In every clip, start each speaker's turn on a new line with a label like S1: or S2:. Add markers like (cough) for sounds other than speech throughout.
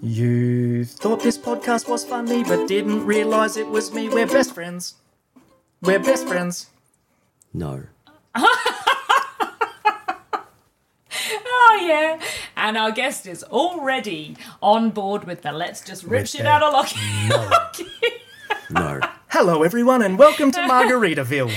S1: You thought this podcast was funny, but didn't realize it was me. We're best friends. We're best friends.
S2: No.
S3: Oh yeah, and our guest is already on board with the let's just rip
S1: Rip
S3: shit
S1: it.
S3: out of Lockie.
S2: No.
S1: Hello, everyone, and welcome to Margaritaville.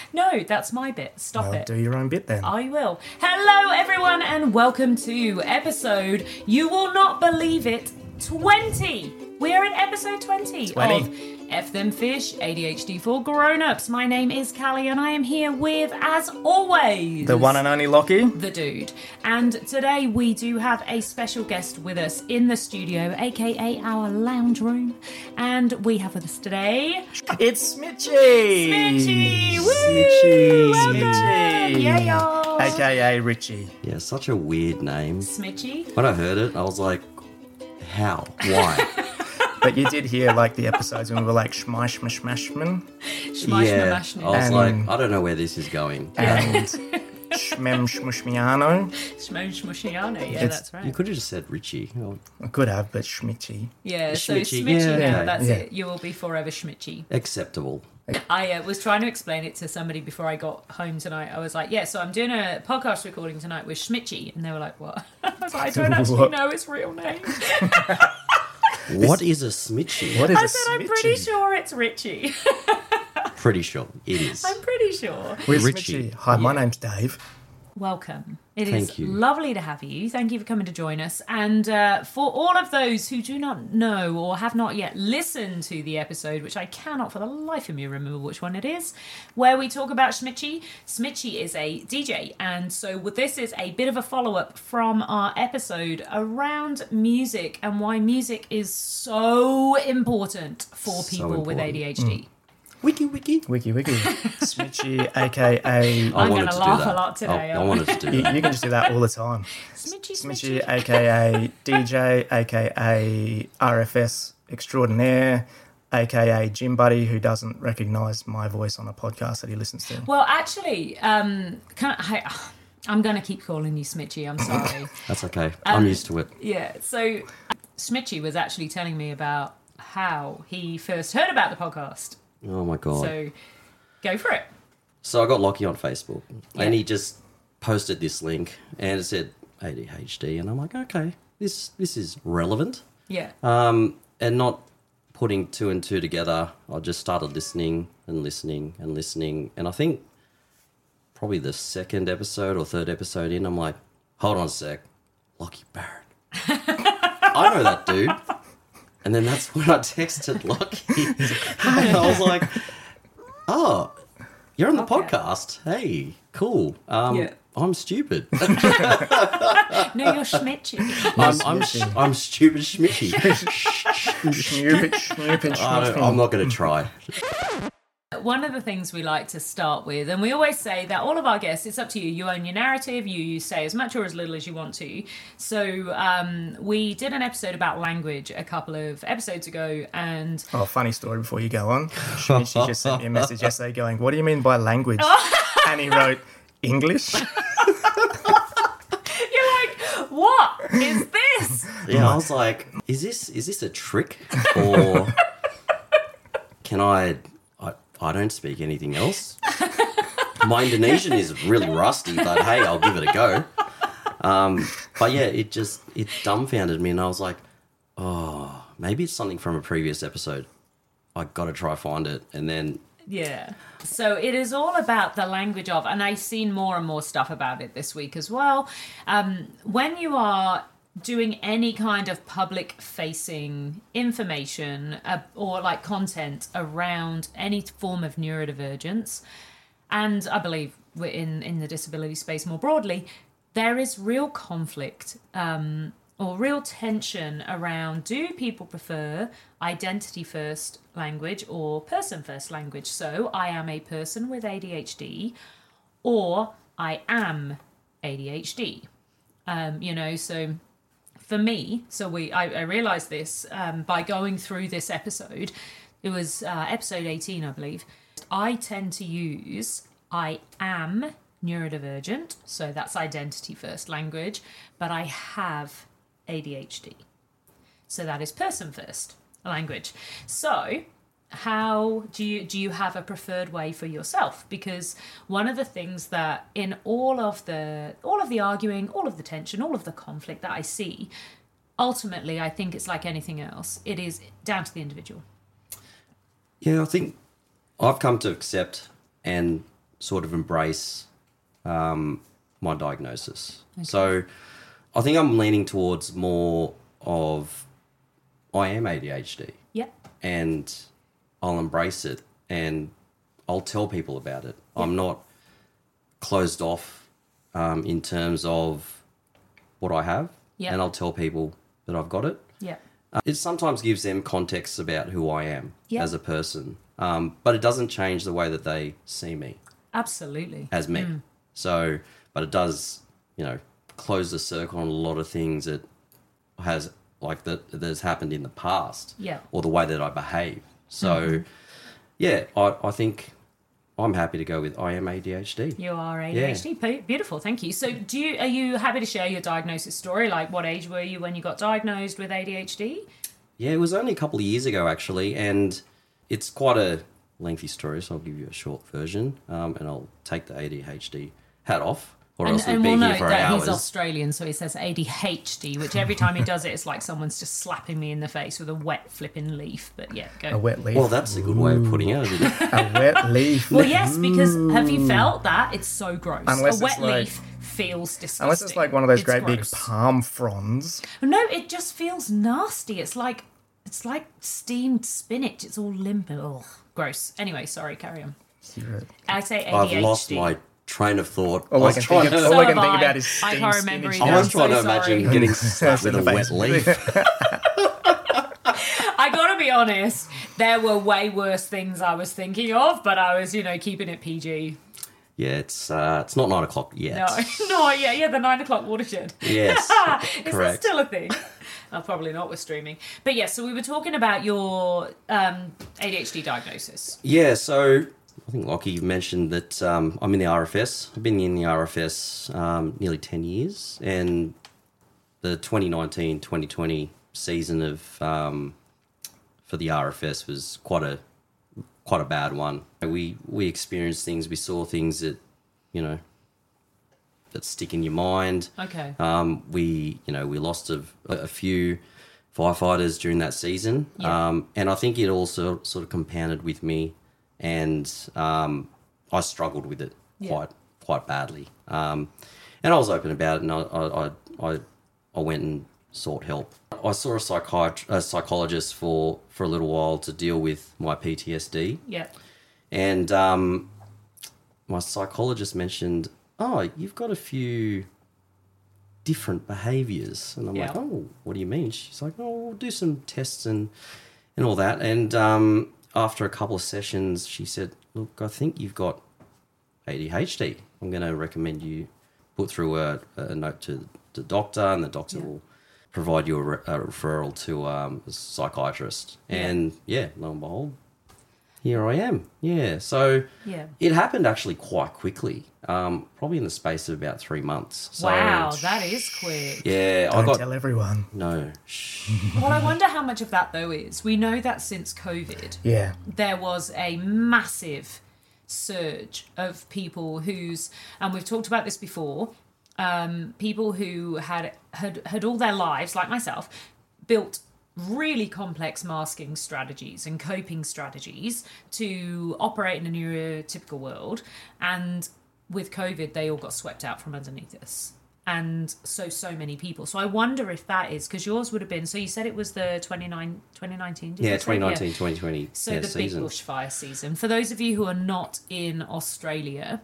S3: (laughs) no, that's my bit. Stop
S1: Well,
S3: it.
S1: do your own bit then.
S3: I will. Hello, everyone, and welcome to episode you will not believe it 20. We're at episode 20,
S1: 20.
S3: of F Them Fish ADHD for Grown Ups. My name is Callie, and I am here with, as always,
S1: The one and only Lockie.
S3: the dude. And today we do have a special guest with us in the studio, aka our lounge room. And we have with us today
S1: It's Smitchy.
S3: Smitchy! Woo!
S1: Smitchy.
S3: Welcome!
S1: Smitchy.
S3: Yeah, y'all.
S1: AKA Richie.
S2: Yeah, such a weird name.
S3: Smitchy.
S2: When I heard it, I was like, how?
S3: (laughs)
S2: Why?
S1: But you did hear like the episodes when we were like Schmeish Mashmashman
S3: Shmash
S2: yeah.
S3: Mamash
S2: I
S3: Noo.
S2: was
S1: And-
S2: like, I don't know where this is going.
S3: (laughs)
S1: and Shmem Shmushmiano.
S3: Shmosh Moshiano, yeah,
S1: It's-
S3: that's right.
S2: You could have just said Richie. Oh,
S1: I could have, but Schmitchy.
S3: yeah, so
S2: Schmitchy,
S3: Schmitchy
S2: yeah,
S3: now,
S2: okay,
S3: that's
S1: yeah.
S3: it. You will be forever Schmitchy.
S2: acceptable.
S3: I uh, was trying to explain it to somebody before I got home tonight. I was like, yeah, so I'm doing a podcast recording tonight with Schmitchy. And they were like, what? (laughs) I was like,
S1: (laughs)
S3: I don't actually
S1: What?
S3: know his real name.
S2: What is a smitchy?
S1: What is
S3: I
S1: a
S3: said,
S1: Smitchy?
S3: I'm pretty sure it's Richie. (laughs)
S2: Pretty sure it is.
S3: I'm pretty sure.
S1: Where's
S2: Richie.
S1: Smitchy? Hi, my name's Dave.
S3: Welcome. It is
S2: Thank you.
S3: lovely to have you. Thank you for coming to join us. And uh, for all of those who do not know or have not yet listened to the episode, which I cannot for the life of me remember which one it is, where we talk about Smitchy, Smitchy is a DJ. And so this is a bit of a follow up from our episode around music and why music is so important for
S2: So
S3: people with
S2: important.
S3: ADHD.
S2: Wiki wiki.
S1: Wiki Wiki.
S2: (laughs)
S1: Smitchy, AKA.
S2: I
S3: I'm
S2: wanted
S3: gonna
S2: to
S3: laugh
S2: do
S3: a
S2: that. Oh,
S3: lot today,
S2: I, I
S3: aren't
S2: wanted to do
S1: You,
S2: that.
S1: you can just do that all the time.
S3: Smitchy, Smitchy.
S1: Smitchy, aka DJ, aka RFS extraordinaire, aka Gym Buddy, who doesn't recognise my voice on a podcast that he listens to.
S3: Well, actually, um, can I, I'm going to keep calling you Smitchy. I'm sorry.
S2: That's okay.
S3: Um,
S2: I'm used to it.
S3: yeah. So Smitchy was actually telling me about how he first heard about the podcast.
S2: Oh my god.
S3: So go for it.
S2: So I got Lockie on Facebook,
S3: Yeah.
S2: and he just posted this link, and it said ADHD, and I'm like, okay, this this is relevant,
S3: Yeah.
S2: um, and not putting two and two together. I just started listening and listening and listening, and I think probably the second episode or third episode in, I'm like, hold on a sec, Lockie
S3: (laughs)
S2: Barrett, I know that dude. And then that's when I texted Lockie. (laughs) and I was like, oh, you're on the
S3: Okay.
S2: podcast. Hey, cool. Um,
S3: Yeah.
S2: I'm stupid.
S3: No, you're Smitchy.
S2: I'm, I'm, sh- I'm stupid Schmicky.
S1: Schmoopid, schmoopid,
S2: (laughs) I don't,
S1: schmoopid.
S2: I'm not going to try.
S3: One of the things we like to start with, and we always say that all of our guests, it's up to you. You own your narrative. You, you say as much or as little as you want to. So um, we did an episode about language a couple of episodes ago, and
S1: Oh, funny story before you go on. Schmitchy just sent me a
S2: (laughs)
S1: message yesterday going, What do you mean by language?
S2: Oh.
S1: and he wrote,
S2: (laughs)
S1: English?
S3: You're like, what is this?
S2: Yeah, I was like, is this is this a trick or can I? I, I don't speak anything else. My Indonesian is really rusty, but hey, I'll give it a go. Um, but yeah, it just it dumbfounded me, and I was like, oh, maybe it's something from a previous episode. I gotta try find it, and then
S3: Yeah. So it is all about the language of, and I've seen more and more stuff about it this week as well. Um, when you are doing any kind of public facing information uh, or like content around any form of neurodivergence, and I believe we're in, in the disability space more broadly, there is real conflict um, or real tension around do people prefer identity first language or person first language? So I am a person with ADHD or I am ADHD. Um, you know, so for me, so we I, I realized this um, by going through this episode. It was uh, episode 18, I believe. I tend to use I am neurodivergent, so that's identity first language, but I have ADHD. So that is person first language. So how do you do you have a preferred way for yourself because one of the things that in all of the all of the arguing all of the tension all of the conflict that i see ultimately i think it's like anything else it is down to the individual
S2: Yeah, I think I've come to accept and sort of embrace um, my diagnosis. So I think I'm leaning towards more of I am ADHD
S3: yeah
S2: and I'll embrace it and I'll tell people about it. I'm not closed off um, in terms of what I have,
S3: Yeah.
S2: and I'll tell people that I've got it.
S3: yeah
S2: Uh, It sometimes gives them context about who I am
S3: Yeah.
S2: as a person, um, but it doesn't change the way that they see me
S3: absolutely
S2: as me. So, but it does, you know, close the circle on a lot of things that has like that that has happened in the past,
S3: Yeah.
S2: or the way that I behave. So, yeah, I, I think I'm happy to go with I am ADHD.
S3: you are ADHD. Pe- Beautiful, thank you. So, do you are you happy to share your diagnosis story? Like, what age were you when you got diagnosed with ADHD?
S2: Yeah, it was only a couple of years ago actually, and it's quite a lengthy story, so I'll give you a short version, um, and I'll take the ADHD hat off, or
S3: And,
S2: else we'd
S3: and
S2: be
S3: we'll
S2: here
S3: note
S2: for
S3: that
S2: hours.
S3: he's Australian, so he says ADHD, which every time he does it, it's like someone's just slapping me in the face with a wet flipping leaf. But yeah,
S1: A
S3: go.
S1: wet leaf.
S2: Well, that's a good way of putting it. Isn't it?
S1: a wet leaf.
S3: Well, yes, because have you felt that? It's so gross.
S1: Unless
S3: a wet
S1: it's like-
S3: leaf feels disgusting.
S1: Unless it's like one of those
S3: It's
S1: great big
S3: gross.
S1: palm fronds.
S3: No, it just feels nasty. It's like it's like steamed spinach. It's all limp. and- Ugh, gross. Anyway, sorry. Carry on. I say ADHD. (laughs)
S2: I've lost my train of thought. I
S1: All Oh, I
S2: was
S1: can
S2: trying
S1: think, of,
S2: to,
S1: all I
S3: So
S1: can
S3: have
S1: think
S3: I.
S1: about is
S3: I
S1: steamed
S3: can't remember
S1: spinach.
S3: either.
S2: I
S1: now.
S2: was
S3: I'm
S2: trying
S3: so
S2: to imagine
S3: sorry.
S2: getting
S1: (laughs)
S2: slapped
S1: in
S2: with a
S1: the
S2: wet
S1: face. (laughs)
S2: leaf.
S3: (laughs) I gotta be honest. There were way worse things I was thinking of, but I was, you know, keeping it PG.
S2: Yeah, it's uh, it's not nine o'clock yet.
S3: (laughs) No, no, yeah, yeah. The nine o'clock watershed. (laughs)
S2: Yes,
S3: Is that
S2: correct.
S3: still a thing? (laughs) Oh, probably not with streaming. But yes, so we were talking about your um, ADHD diagnosis.
S2: Yeah, so I think Lockie you mentioned that um, I'm in the RFS. I've been in the RFS um, nearly 10 years, and the 2019 2020 season of um, for the RFS was quite a quite a bad one. We we experienced things, we saw things that you know that stick in your mind.
S3: Okay.
S2: Um, we, you know, we lost a, a few firefighters during that season,
S3: Yeah.
S2: um, and I think it also sort of compounded with me, and um, I struggled with it
S3: Yeah.
S2: quite quite badly. Um, and I was open about it, and I I, I, I, I went and sought help. I saw a psychiatrist, a psychologist for for a little while to deal with my PTSD.
S3: yeah.
S2: And um, my psychologist mentioned, "Oh, you've got a few different behaviours," and I'm like,
S3: Yeah.
S2: "Oh, what do you mean?" She's like, "Oh, we'll do some tests and and all that." And um, after a couple of sessions, she said, "Look, I think you've got ADHD. I'm going to recommend you put through a, a note to the doctor, and the doctor
S3: Yeah.
S2: will." Provide you a, re- a referral to um, a psychiatrist, and yeah, lo and behold, here I am. Yeah. So
S3: Yeah.
S2: it happened actually quite quickly, um, probably in the space of about three months. So,
S3: wow, that is quick.
S2: Yeah, I
S1: Don't
S2: got
S1: tell everyone.
S2: no. Shh.
S3: Well, I wonder how much of that though is. We know that since COVID,
S1: Yeah.
S3: there was a massive surge of people whose and we've talked about this before um, people who had had had all their lives like myself built really complex masking strategies and coping strategies to operate in a neurotypical world and with covid they all got swept out from underneath us and so so many people so i wonder if that is because yours would have been so you said it was the 29 2019 did
S2: Yeah,
S3: you say?
S2: 2019, 2020
S3: So
S2: yeah,
S3: the
S2: season.
S3: big bushfire season. For those of you who are not in Australia,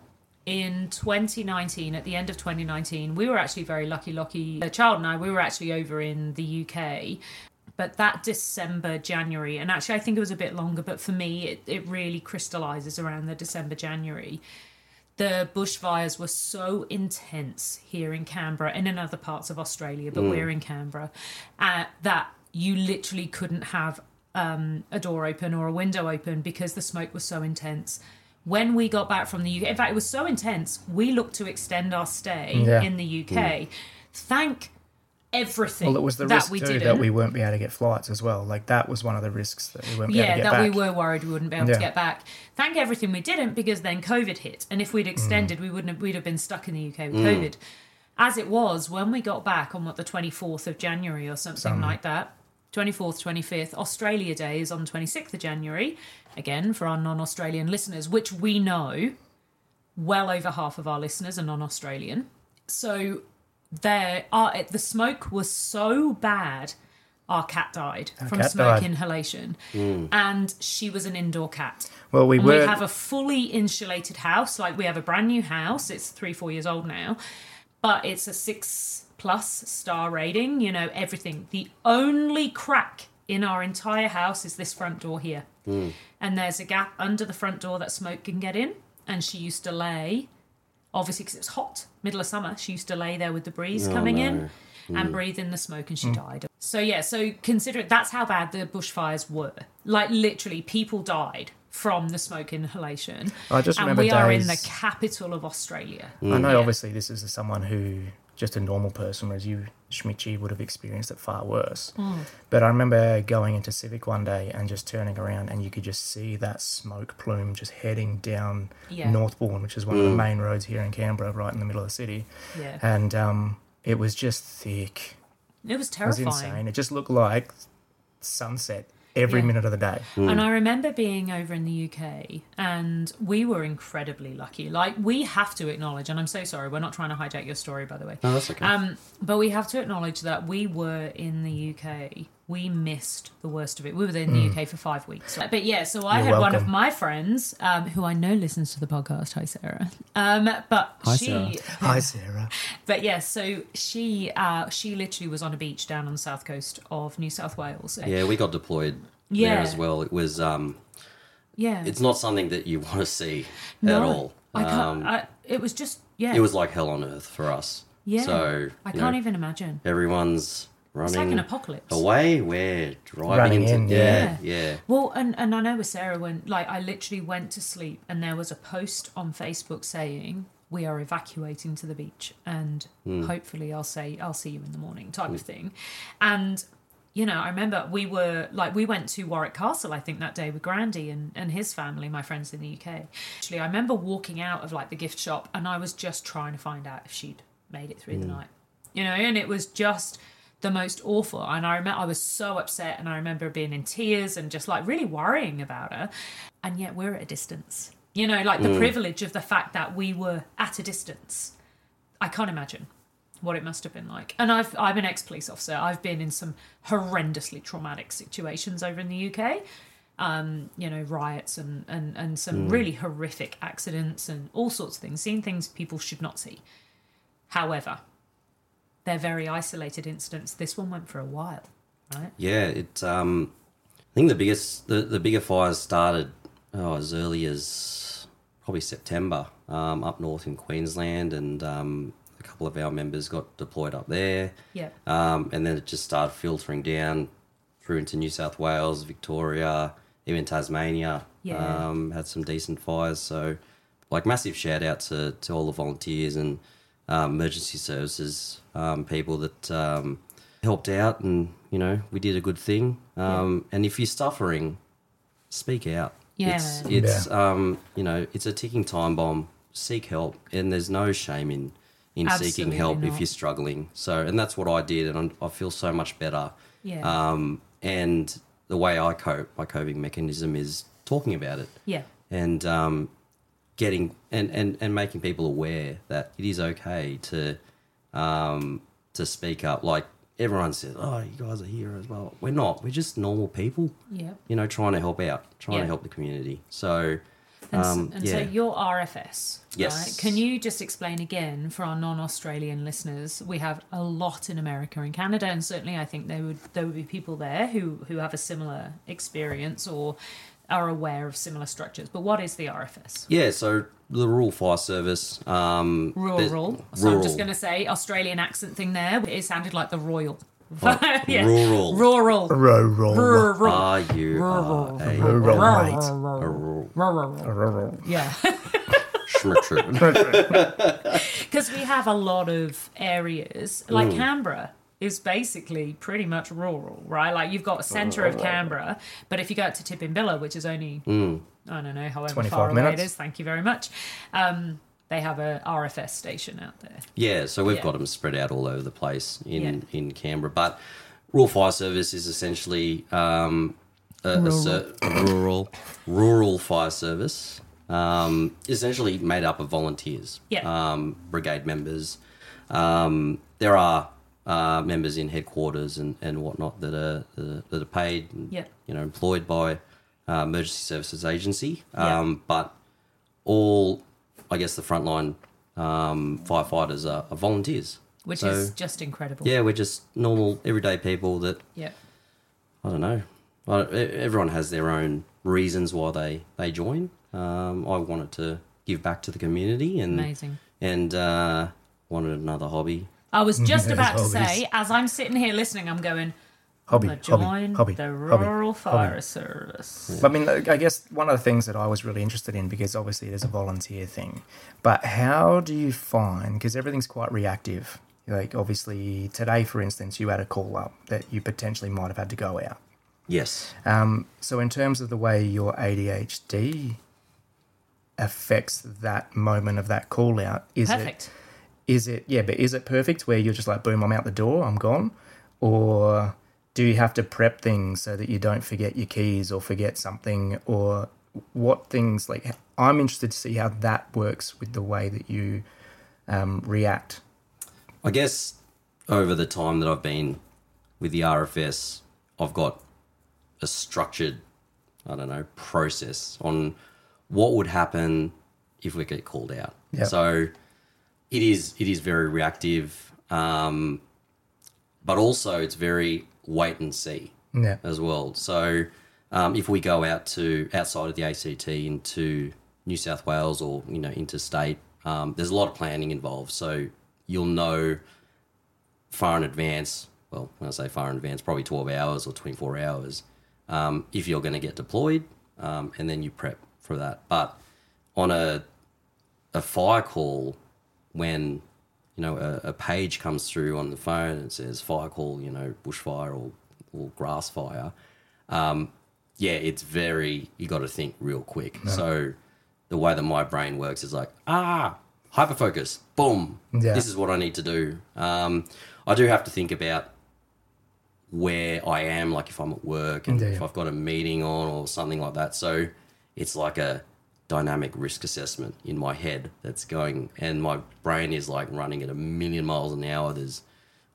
S3: in 2019, at the end of 2019, we were actually very lucky. Lucky, the child and I, we were actually over in the UK. But that December, January, and actually I think it was a bit longer, but for me, it, it really crystallizes around the December, January the bushfires were so intense here in Canberra and in other parts of Australia, but we're in Canberra, uh, that you literally couldn't have um, a door open or a window open because the smoke was so intense. When we got back from the UK, in fact, it was so intense, we looked to extend our stay
S1: Yeah.
S3: in the UK. Thank everything.
S1: Well, it was the
S3: that
S1: risk
S3: we
S1: too
S3: didn't.
S1: that we weren't be able to get flights as well. Like that was one of the risks that we weren't be
S3: yeah,
S1: able to
S3: that
S1: get
S3: we
S1: back.
S3: were worried we wouldn't be able
S1: Yeah.
S3: to get back. Thank everything we didn't because then COVID hit, and if we'd
S1: Mm.
S3: extended, we wouldn't have, we'd have been stuck in the UK with COVID. As it was, when we got back on what the twenty fourth of January or something like that, twenty fourth, twenty fifth, Australia Day is on twenty sixth of January. Again, for our non Australian listeners, which we know, well over half of our listeners are non Australian. So there are the smoke was so bad our cat died from
S1: cat
S3: smoke
S1: died. Hmm.
S3: inhalation and she was an indoor cat
S1: well, we
S3: and
S1: were.
S3: we have a fully insulated house like we have a brand new house it's three four years old now but it's a six plus star rating you know everything the only crack in our entire house is this front door here
S1: Hmm.
S3: and there's a gap under the front door that smoke can get in and she used to lay obviously because it's hot middle of summer she used to lay there with the breeze coming in and breathe in the smoke and she died so yeah so consider it that's how bad the bushfires were like literally people died from the smoke inhalation
S1: I just
S3: and
S1: remember
S3: we are in the
S1: days-
S3: capital of australia
S1: I know,
S2: Mm.
S1: obviously, this is someone who just a normal person, whereas you, Schmichi, would have experienced it far worse.
S3: Mm.
S1: But I remember going into Civic one day and just turning around, and you could just see that smoke plume just heading down
S3: Yeah.
S1: Northbourne, which is one
S2: Mm.
S1: of the main roads here in Canberra, right in the middle of the city.
S3: Yeah.
S1: And um, it was just thick.
S3: it was
S1: It was
S3: terrifying
S1: insane. It just looked like sunset every
S3: Yeah.
S1: minute of the day.
S3: And I remember being over in the UK and we were incredibly lucky. Like, we have to acknowledge, and I'm so sorry, we're not trying to hijack your story, by the way.
S2: No, that's okay.
S3: Um, but we have to acknowledge that we were in the UK. We missed the worst of it. We were
S2: Hmm.
S3: in the UK for five weeks. But yeah, so I
S1: You're
S3: had one of
S1: welcome.
S3: my friends um, who I know listens to the podcast. Hi, Sarah. Um, but
S2: Hi,
S3: she
S2: Sarah.
S1: Hi, Sarah.
S3: but yeah, so she uh, she literally was on a beach down on the south coast of New South Wales.
S2: yeah, we got deployed
S3: Yeah.
S2: there as well. It was um,
S3: Yeah.
S2: it's not something that you (laughs) want to see at
S3: No,
S2: all.
S3: I can't.
S2: Um,
S3: I, it was just yeah.
S2: it was like hell on earth for us.
S3: yeah.
S2: So
S3: I
S2: you
S3: can't
S2: know,
S3: even imagine.
S2: Everyone's running
S3: It's like an apocalypse.
S2: away. We're driving
S1: Running
S2: into
S1: in,
S2: yeah, yeah.
S3: Well, and, and I know with Sarah when like I literally went to sleep and there was a post on Facebook saying we are evacuating to the beach and hopefully I'll say I'll see you in the morning type of thing, and you know I remember we were like we went to Warwick Castle I think that day with Grandy and and his family my friends in the UK. Actually, I remember walking out of like the gift shop and I was just trying to find out if she'd made it through the night, you know, and it was just the most awful. And I remember I was so upset, and I remember being in tears and just like really worrying about her. And yet we're at a distance, you know, like the privilege of the fact that we were at a distance. I can't imagine what it must have been like. And I've I'm an ex police officer. I've been in some horrendously traumatic situations over in the UK. Um, you know, riots and and and some really horrific accidents and all sorts of things. Seeing things people should not see. However, they're very isolated incidents. This one went for a while, right?
S2: Yeah, it. Um, I think the biggest, the, the bigger fires started oh, as early as probably September um, up north in Queensland, and um, a couple of our members got deployed up there.
S3: Yeah.
S2: Um, and then it just started filtering down through into New South Wales, Victoria, even Tasmania.
S3: Yeah.
S2: Um, had some decent fires. So, like, massive shout out to, to all the volunteers and um, emergency services um, people that um, helped out. And, you know, we did a good thing. Um, And if you're suffering, speak out.
S3: Yeah.
S2: It's, it's um, you know, it's a ticking time bomb. Seek help. And there's no shame in, in seeking
S3: Absolutely
S2: help if
S3: not.
S2: you're struggling. So, and that's what I did, and I'm- I feel so much better.
S3: Yeah.
S2: Um, and the way I cope, my coping mechanism is talking about it
S3: yeah.
S2: and um, getting and, and and making people aware that it is okay to um, to speak up. Like everyone says, oh, you guys are heroes. Well, we're not. We're just normal people.
S3: Yeah.
S2: You know, trying to help out, trying
S3: Yeah.
S2: to help the community. So,
S3: And, s-
S2: um,
S3: and
S2: yeah.
S3: so your RFS,
S2: Yes.
S3: right? Can you just explain again for our non-Australian listeners? We have a lot in America and Canada, and certainly I think there would there would be people there who who have a similar experience or are aware of similar structures. But what is the RFS?
S2: yeah. So the rural fire service. Um,
S3: Rural.
S2: there's-
S3: So I'm just
S2: rural.
S3: going to say Australian accent thing there. It sounded like the royal.
S2: Oh,
S3: (laughs) Yeah.
S2: rural.
S3: Rural.
S1: Row, roll.
S3: Rural.
S2: Are you
S3: Rural.
S2: are a,
S1: Row, roll, mate.
S3: Rural.
S2: a rural
S3: Rural.
S1: Row,
S3: Yeah.
S2: schmitcher?
S3: (laughs)
S1: roll.
S3: because we have a lot of areas like Canberra is basically pretty much rural, right? Like you've got centre of Canberra, but if you go out to Tippimbilla, which is only I don't know however
S1: 25
S3: far away
S1: minutes.
S3: it is, thank you very much. Um, they have a RFS station out there.
S2: Yeah, so we've
S3: Yeah.
S2: 'em got them spread out all over the place in in Canberra, but rural fire service is essentially um, a, a ser- a rural rural fire service, um, essentially made up of volunteers,
S3: Yeah.
S2: um, brigade members. Um, there are uh, members in headquarters and, and whatnot that are uh, that are paid, and,
S3: Yeah.
S2: you know, employed by uh, emergency services agency,
S3: Yeah.
S2: um, but all, I guess, the frontline um, firefighters are, are volunteers.
S3: Which
S2: So,
S3: is just incredible.
S2: yeah, we're just normal, everyday people that
S3: Yeah.
S2: I don't know. I, e- everyone has their own reasons why they they join. Um, I wanted to give back to the community and
S3: Amazing.
S2: and uh, wanted another hobby.
S3: I was just
S1: There's
S3: about to
S1: Mm-hmm. always-
S3: say, as I'm sitting here listening, I'm going,
S1: Hobby,
S3: I
S1: hobby,
S3: joined
S1: hobby,
S3: the
S1: hobby.
S3: Rural Fire Service.
S1: But I mean, like, I guess one of the things that I was really interested in, because obviously there's a volunteer thing, but how do you find, because everything's quite reactive. Like, obviously, today, for instance, you had a call up that you potentially might have had to go out.
S2: Yes.
S1: Um, so, in terms of the way your ADHD affects that moment of that call out, is
S3: Perfect.
S1: it is it yeah? But is it perfect where you're just like boom, I'm out the door, I'm gone, or do you have to prep things so that you don't forget your keys or forget something or what things like? I'm interested to see how that works with the way that you um, react.
S2: I guess over the time that I've been with the RFS, I've got a structured, I don't know, process on what would happen if we get called out.
S1: Yep.
S2: So it is it is very reactive, um, but also it's very wait and see
S1: Yeah,
S2: as well. So um, if we go out to outside of the ACT into New South Wales or you know interstate, um, there's a lot of planning involved. So you'll know far in advance. Well, when I say far in advance, probably 12 hours or 24 hours um, if you're going to get deployed, um, and then you prep for that. But on a a fire call when you know a, a page comes through on the phone and says fire call you know bushfire or or grass fire um yeah it's very you got to think real quick so the way that my brain works is like ah hyper focus boom
S1: Yeah.
S2: this is what i need to do um i do have to think about where I am, like if I'm at work and
S1: Yeah,
S2: if
S1: yeah.
S2: I've got a meeting on or something like that. So it's like a dynamic risk assessment in my head that's going, and my brain is like running at a million miles an hour. There's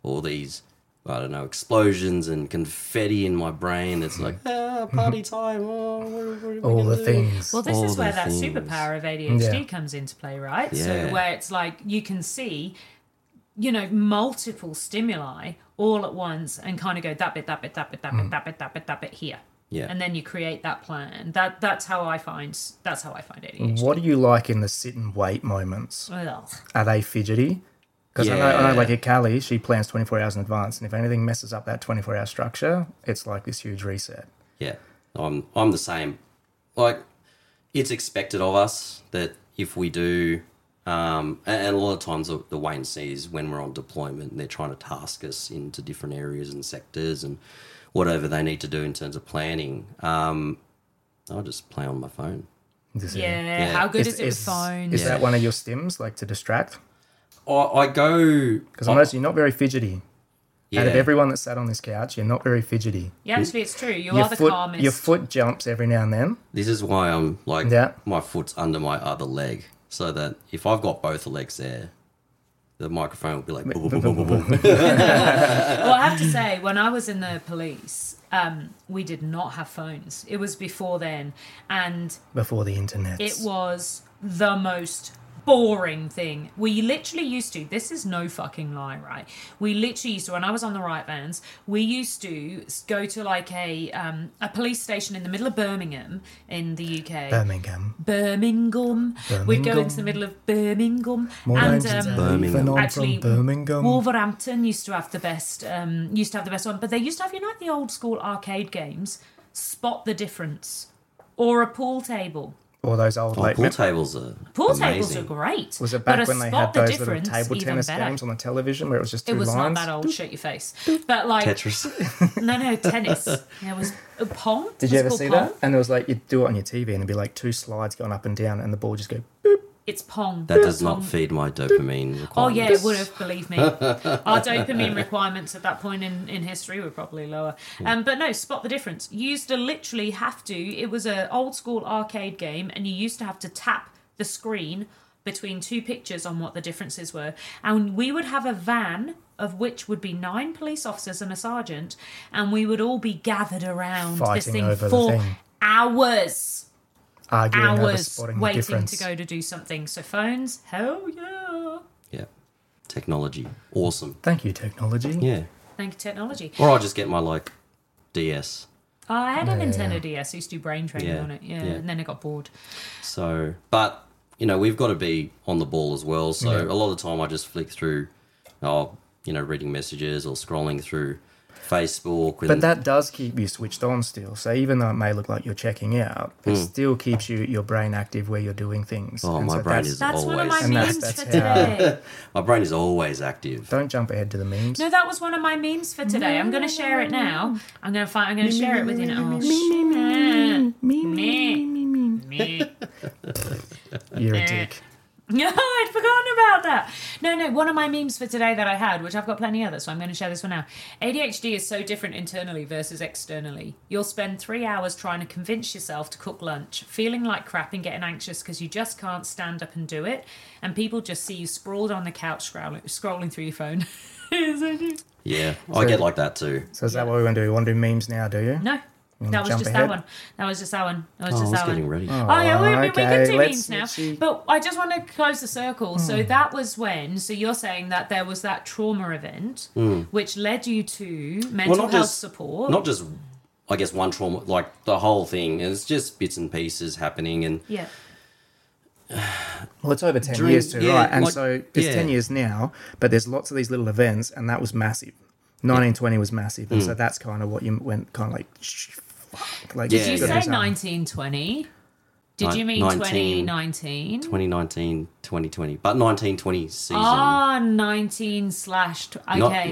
S2: all these, I don't know, explosions and confetti in my brain
S1: (laughs)
S2: that's like, ah, party time. Oh, what are- what are we
S1: all
S2: gonna
S1: the
S2: do?"
S1: things.
S3: Well, this
S2: all
S3: is where
S2: the
S3: that
S2: things.
S3: superpower of ADHD
S1: Yeah.
S3: comes into play, right?
S2: Yeah.
S3: So where it's like you can see, you know, multiple stimuli all at once and kind of go that bit, that bit, that bit, that
S1: Hmm.
S3: bit, that bit, that bit, that bit here.
S2: Yeah.
S3: And then you create that plan. That that's how I find that's how I find ADHD.
S1: what do you like in the sit and wait moments?
S3: Ugh.
S1: are they fidgety? Because I, know, I know,
S2: Yeah.
S1: like at Cali, she plans 24 hours in advance, and if anything messes up that 24 hour structure, it's like this huge reset.
S2: Yeah, I'm I'm the same. Like it's expected of us that if we do, um, a- and, a lot of times the, the wait and see is when we're on deployment and they're trying to task us into different areas and sectors and whatever they need to do in terms of planning. Um, I'll just play on my phone.
S1: This is-
S3: Yeah. How good is, it with
S1: is-
S3: phones?
S1: Is
S2: Yeah.
S1: that one of your stims, like to distract?
S2: I, I go
S1: Because I noticed you're not very fidgety.
S2: Oh. yeah,
S1: Out of everyone that sat on this couch, you're not very fidgety.
S3: Yeah, actually, it's true. You
S1: your
S3: are the
S1: foot,
S3: calmest.
S1: your foot jumps every now and
S2: (laughs)
S1: then.
S2: This is why I'm like
S1: Yeah.
S2: my foot's under my other leg, so that if I've got both legs there, the microphone will be like boom,
S1: (laughs)
S2: boom, boom, boom, boom.
S3: well, I have to say, when I was in the police, um, we did not have phones. It was before then, and
S1: Before the internet,
S3: It was the most boring thing. We literally used to, this is no fucking lie, right? We literally used to, when I was on the right vans, we used to s- go to like a um, a police station in the middle of Birmingham in the UK.
S1: Birmingham.
S3: Birmingham. We'd go into the
S1: Birmingham.
S3: middle of Birmingham.
S1: More
S3: and
S1: names in
S3: um,
S1: town, even
S2: Birmingham.
S1: I'm
S3: actually,
S1: from Birmingham.
S3: Wolverhampton used to have the best um, used to have the best one, but they used to have you know like the old school arcade games, spot the difference, or a pool table.
S1: Or those old
S2: Oh,
S1: like
S2: pool tables are
S3: Pool tables
S2: amazing.
S3: are great.
S1: was it
S3: but
S1: back
S3: a
S1: when they
S3: spot
S1: had
S3: the
S1: those little
S3: difference,
S1: table
S3: even
S1: tennis
S3: better.
S1: games on the television where it was just two
S3: It was
S1: lines?
S3: not that old. Shut your face. But like
S2: Tetris.
S1: (laughs)
S3: no, no tennis. There was a pong.
S1: Did you
S3: Was it
S1: ever
S3: called
S1: see
S3: pong?
S1: that? And it was like you'd do it on your TV and it'd be like two slides going up and down and the ball just go
S3: It's pong.
S2: That does not
S3: (laughs) Pong.
S2: feed my dopamine requirements.
S3: Oh yeah, it would have. Believe me, our dopamine requirements at that point in, in history were probably lower. Um, but no, spot the difference. You used to literally have to. It was an old school arcade game, and you used to have to tap the screen between two pictures on what the differences were. And we would have a van of which would be nine police officers and a sergeant, and we would all be gathered around this
S1: Fighting
S3: thing
S1: over the
S3: for
S1: thing.
S3: hours
S1: arguing over
S3: hours
S1: spotting the
S3: waiting
S1: difference.
S3: to go to do something. So phones, hell yeah.
S2: Yeah. Technology. Awesome.
S1: Thank you, technology.
S2: Yeah.
S3: Thank you, technology.
S2: Or I'll just get my like DS.
S3: Oh, I had a Nintendo DS. I used to do brain training
S2: Yeah,
S3: on it. Yeah,
S2: yeah.
S3: and then I got bored.
S2: So, but you know, we've got to be on the ball as well. So a lot of the time, I just flick through, oh, you know, reading messages or scrolling through Facebook. And,
S1: But that does keep you switched on still. So even though it may look like you're checking out, it still keeps you your brain active where you're doing things.
S2: Hmm. Oh,
S1: And
S2: my
S1: so
S2: brain
S1: that's-
S2: is-
S3: That's one of my
S2: Always.
S1: And that's-
S3: memes
S1: that's
S3: for
S1: how-
S3: (laughs) today.
S2: my brain is always active.
S1: Don't jump ahead to the memes.
S3: no, that was one of my memes for today. I'm going to share it now. I'm going to find. I'm going to share it with you now. Oh, Me, me, me, me.
S1: You're a dick.
S3: (laughs) No, I'd forgotten about that. No, no, one of my memes for today that I had, which I've got plenty other, so I'm going to share this one now. ADHD is so different internally versus externally. You'll spend three hours trying to convince yourself to cook lunch, feeling like crap and getting anxious because you just can't stand up and do it, and people just see you sprawled on the couch scrolling, scrolling through your phone. (laughs) Is that you?
S2: Yeah, I get like that too.
S1: So is that what we want to do? You want to do memes now, do you?
S3: no, that was
S1: jump
S3: just
S1: ahead?
S3: that one. That was just that one. That was
S2: Oh, I was
S3: just that one.
S2: getting ready.
S3: Oh yeah, we, we- we
S1: Okay,
S3: can do
S1: let's-
S3: memes now.
S1: let's see. Hmm.
S3: But I just want to close the circle. So that was when. So you're saying that there was that trauma event, which led you to mental
S2: Hmm. not
S3: health
S2: just-
S3: support.
S2: Not just, I guess, one trauma, like the whole thing. It's just bits and pieces happening. And
S3: yeah,
S1: Well, it's over 10
S2: During-
S1: years too,
S2: yeah,
S1: right? And
S2: like-
S1: so it's
S2: yeah.
S1: 10 years now, but there's lots of these little events, and that was massive. 1920 was massive. And so
S2: Mm.
S1: that's kind of what you went kind of like, shh, fuck. Like,
S2: Yeah,
S3: did you
S1: it's
S3: say
S1: got this, um,
S3: 1920? Did
S2: Nin-
S3: you mean
S2: 19.
S3: 2019?
S2: 2019, 2020, but 1920 season.
S3: Ah, 19 slash. tw- Okay,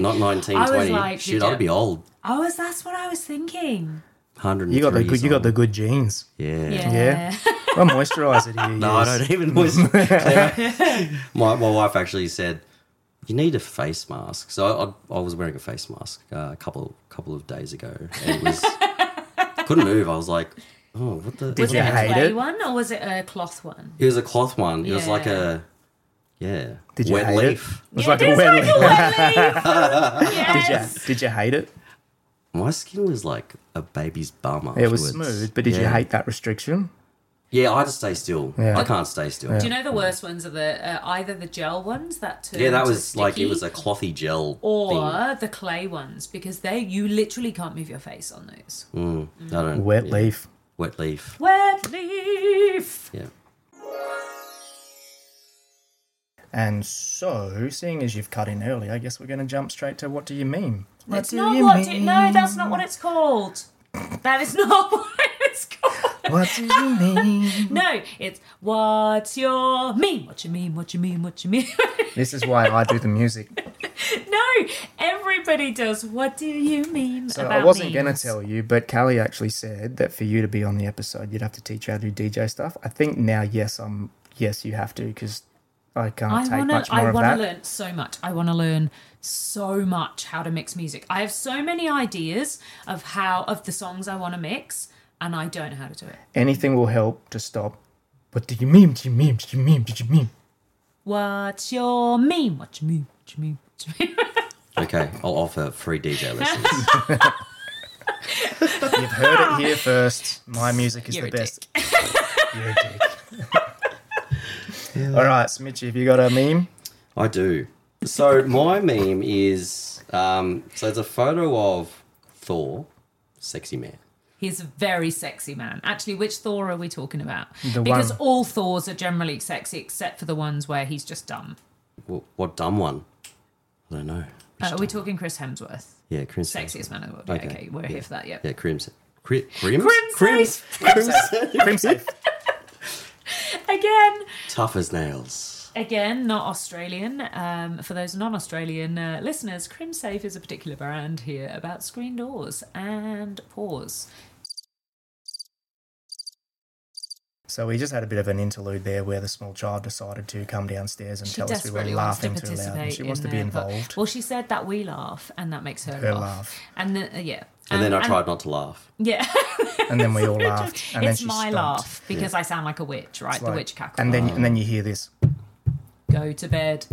S2: not, not 19,
S3: I was
S2: 20.
S3: like,
S2: Shit,
S3: did
S2: I'd
S3: you-
S2: be old.
S3: I was. That's what I was thinking.
S2: 103
S1: you got the
S2: years
S1: good, you got
S2: old.
S1: the good genes.
S2: Yeah.
S3: Yeah.
S1: Yeah. Well, moisturize it. You
S2: (laughs) No, I
S1: (laughs)
S2: don't even was.
S3: (laughs)
S2: my, my wife actually said, "You need a face mask." So I, I was wearing a face mask uh, a couple couple of days ago. And it
S3: (laughs)
S2: was couldn't move. I was like, "Oh, what the?"
S1: Did
S3: Was
S1: you
S3: it a
S1: hate
S3: clay
S1: it?
S3: one or was it a cloth one?
S2: It was a cloth one. It was like
S3: Yeah.
S2: a yeah
S1: Did you
S2: wet
S1: hate it?
S2: leaf.
S1: It was
S3: Yeah,
S1: like
S3: it
S1: a
S3: was
S1: wet
S3: like a
S1: leaf. (laughs)
S3: yes.
S1: Did you, did you hate it?
S2: My skin was like a baby's bum.
S1: It was
S2: afterwards.
S1: smooth, but did you
S2: Yeah.
S1: hate that restriction?
S2: Yeah, I had to stay still.
S1: Yeah.
S2: I can't stay still.
S3: Do you know the worst ones are the uh, either the gel ones that turn
S2: Yeah, that
S3: to
S2: was like it
S3: sticky
S2: was a clothy gel thing.
S3: or the clay ones because they you literally can't move your face on those.
S2: Mm. I don't
S1: Wet
S2: yeah,
S1: leaf.
S2: Wet leaf.
S3: Wet leaf.
S2: Yeah.
S1: And so, seeing as you've cut in early, I guess we're going to jump straight to what do you mean? What
S3: It's not what do- no, that's not what it's called. That is (laughs) not what
S1: (laughs)
S3: it's called.
S1: What do you mean?
S3: No, it's what's your mean? What you mean? What you mean? What you mean? (laughs)
S1: this is why I do the music.
S3: no, everybody does. What do you mean
S1: So
S3: about
S1: I wasn't
S3: memes?
S1: going to tell you, but Callie actually said that for you to be on the episode, you'd have to teach her how to do DJ stuff. I think now, yes, I'm. Yes, you have to because I can't
S3: I
S1: take
S3: want
S1: much
S3: to.
S1: more
S3: I
S1: of
S3: want to
S1: that.
S3: learn so much. I want to learn so much how to mix music. I have so many ideas of how of the songs I want to mix, and I don't know how to do it.
S1: Anything will help to stop. What do you mean? Do you mean? Do you mean? Do you
S3: (laughs)
S1: mean?
S3: What's your meme? What you mean? What you mean? What you mean?
S2: Okay, I'll offer free DJ lessons.
S1: You've heard it here first. My music is
S3: You're
S1: the
S3: a
S1: best. You're a dick. (laughs) All right, Smitchy, have you got a meme?
S2: (laughs) I do. So my meme is um, so it's a photo of Thor, sexy man.
S3: He's a very sexy man. Actually, which Thor are we talking about?
S1: The
S3: because
S1: one-
S3: all Thors are generally sexy, except for the ones where he's just dumb.
S2: What, what dumb one? I don't know.
S3: Uh, are we talking Chris Hemsworth,
S2: Yeah, Crims.
S3: sexiest man in the world? Yeah, okay. we're here for that. Yep.
S2: Yeah, Crims. Crims.
S3: Crims.
S2: Crims. Crims.
S1: Crimson.
S3: again.
S2: (laughs) Tough as nails.
S3: Again, not Australian. Um, for those non Australian uh, listeners, Crimsafe is a particular brand here about screen doors and pause.
S1: So we just had a bit of an interlude there where the small child decided to come downstairs and
S3: She
S1: tell us we were
S3: desperately wants to
S1: laughing too loud.
S3: participate.
S1: And she wants
S3: in
S1: to be
S3: the po-
S1: involved.
S3: Well, she said that we laugh, and that makes her,
S1: Her
S3: laugh.
S1: laugh.
S3: And then, uh, yeah.
S2: And then I tried not to laugh.
S3: Yeah.
S1: and then
S3: (laughs)
S1: we all laughed. And then
S3: it's
S1: she
S3: my
S1: stopped.
S3: laugh because I sound like a witch, right? the
S1: Like-
S3: witch cackle.
S1: And then and then you hear this
S3: go to bed.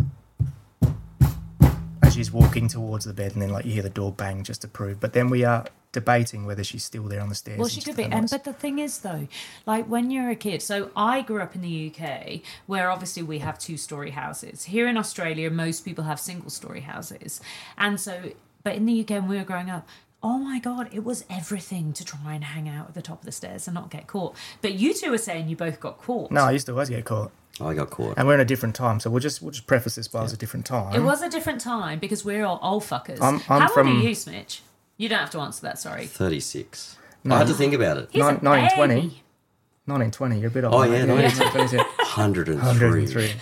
S1: as she's walking towards the bed, and then like you hear the door bang just to prove. But then we are debating whether she's still there on the stairs.
S3: Well,
S1: and
S3: she could
S1: just
S3: be.
S1: had
S3: And
S1: noise.
S3: but the thing is, though, like when you're a kid. So I grew up in the UK, where obviously we have two-story houses. Here in Australia, most people have single-story houses, and so. But in the UK, when we were growing up. Oh my god, it was everything to try and hang out at the top of the stairs and not get caught. But you two were saying you both got caught.
S1: no, I used to always get caught,
S2: I got caught.
S3: Um,
S1: and we're in a different time, so we'll just we'll just preface this by it was a different time.
S3: It was a different time because we're all old fuckers.
S1: I'm- I'm
S3: How old
S1: from-
S3: are you, Smitch? You don't have to answer that, sorry.
S2: 36. I had to think about it.
S3: He's a
S1: Nine- nine and
S3: baby.
S1: 20. 1920, you're a bit old.
S2: Oh,
S1: mate.
S2: yeah,
S1: You're 1920s, yeah.
S2: 103. (laughs)
S1: 103.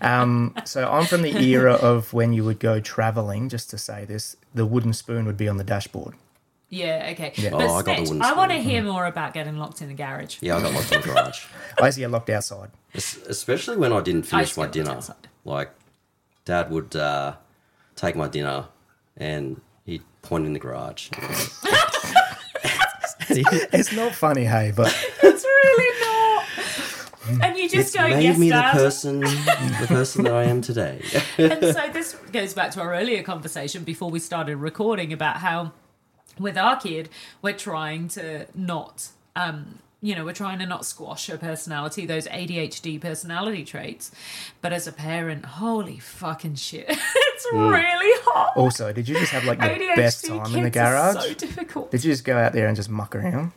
S1: (laughs) um, so I'm from the era of when you would go traveling, just to say this, the wooden spoon would be on the dashboard.
S3: Yeah, okay. But
S2: Oh, I got the
S3: Smitch,
S2: wooden
S3: I, want to
S2: spoon.
S3: hear more about getting locked in the garage.
S2: Yeah, I got locked in the garage.
S1: I used to get locked outside.
S2: Es- Especially when I didn't
S3: I
S2: finish my
S3: still went
S2: dinner.
S3: outside.
S2: Like, Dad would uh, take my dinner and he'd point in the
S3: (laughs)
S2: garage. And he'd-
S1: It's not funny, hey, but
S3: It's really not. And you just
S2: it's
S3: go,
S2: made
S3: yes,
S2: me the
S3: Dad. (laughs)
S2: person, the person that I am today.
S3: and so this goes back to our earlier conversation before we started recording about how with our kid we're trying to not um you know we're trying to not squash her personality those adhd personality traits but as a parent holy fucking shit (laughs) it's really hard
S1: also, did you just have like Mm. the
S3: adhd
S1: best time
S3: kids
S1: in the
S3: are
S1: garage?
S3: so
S1: (laughs)
S3: difficult
S1: Did you just go out there and just muck around?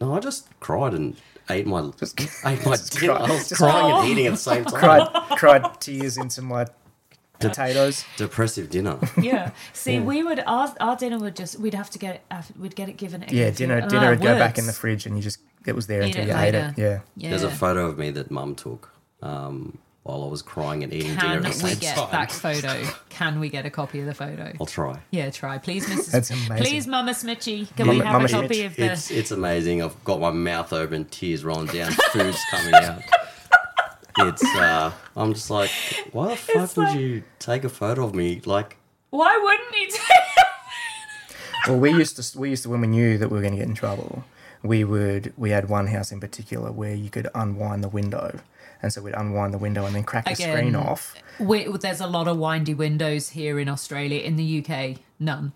S2: No, I just cried and ate my ate
S3: (laughs)
S2: my dinner.
S1: cried.
S2: I was
S1: Just
S2: crying
S3: cried.
S2: and eating at the same time.
S3: (laughs)
S1: Cried, cried tears into my potatoes.
S2: Depressive dinner.
S3: yeah see we would our, our dinner would just we'd have to get it af- we'd get it given it
S1: Yeah,
S3: every few-
S1: dinner,
S3: Ah,
S1: dinner would go back in the
S3: words.
S1: fridge, and you just it was there
S3: Eat
S1: until
S3: it
S1: you
S3: later.
S1: ate it. Yeah.
S3: yeah.
S2: There's a photo of me that Mum took um, while I was crying and eating
S3: Can
S2: dinner at the
S3: we
S2: same
S3: get
S2: time.
S3: that photo? Can we get a copy of the photo?
S2: I'll try.
S3: Yeah, try. Please, Mrs.
S1: That's amazing.
S3: Please, Mama Smitchy, can we
S1: Mama-
S3: have
S1: Mama
S3: a copy
S1: Smitch,
S3: of the.
S2: It's it's amazing. I've got my mouth open, tears rolling down, food's coming out. It's uh, I'm just like, why the fuck would
S3: like-
S2: you take a photo of me? Like,
S3: Why wouldn't you take
S1: Well, we used to we used to when we knew that we were going to get in trouble, we would we had one house in particular where you could unwind the window, and so we'd unwind the window and then crack the
S3: Again.
S1: screen off.
S3: we, There's a lot of windy windows here in Australia. In the UK, none.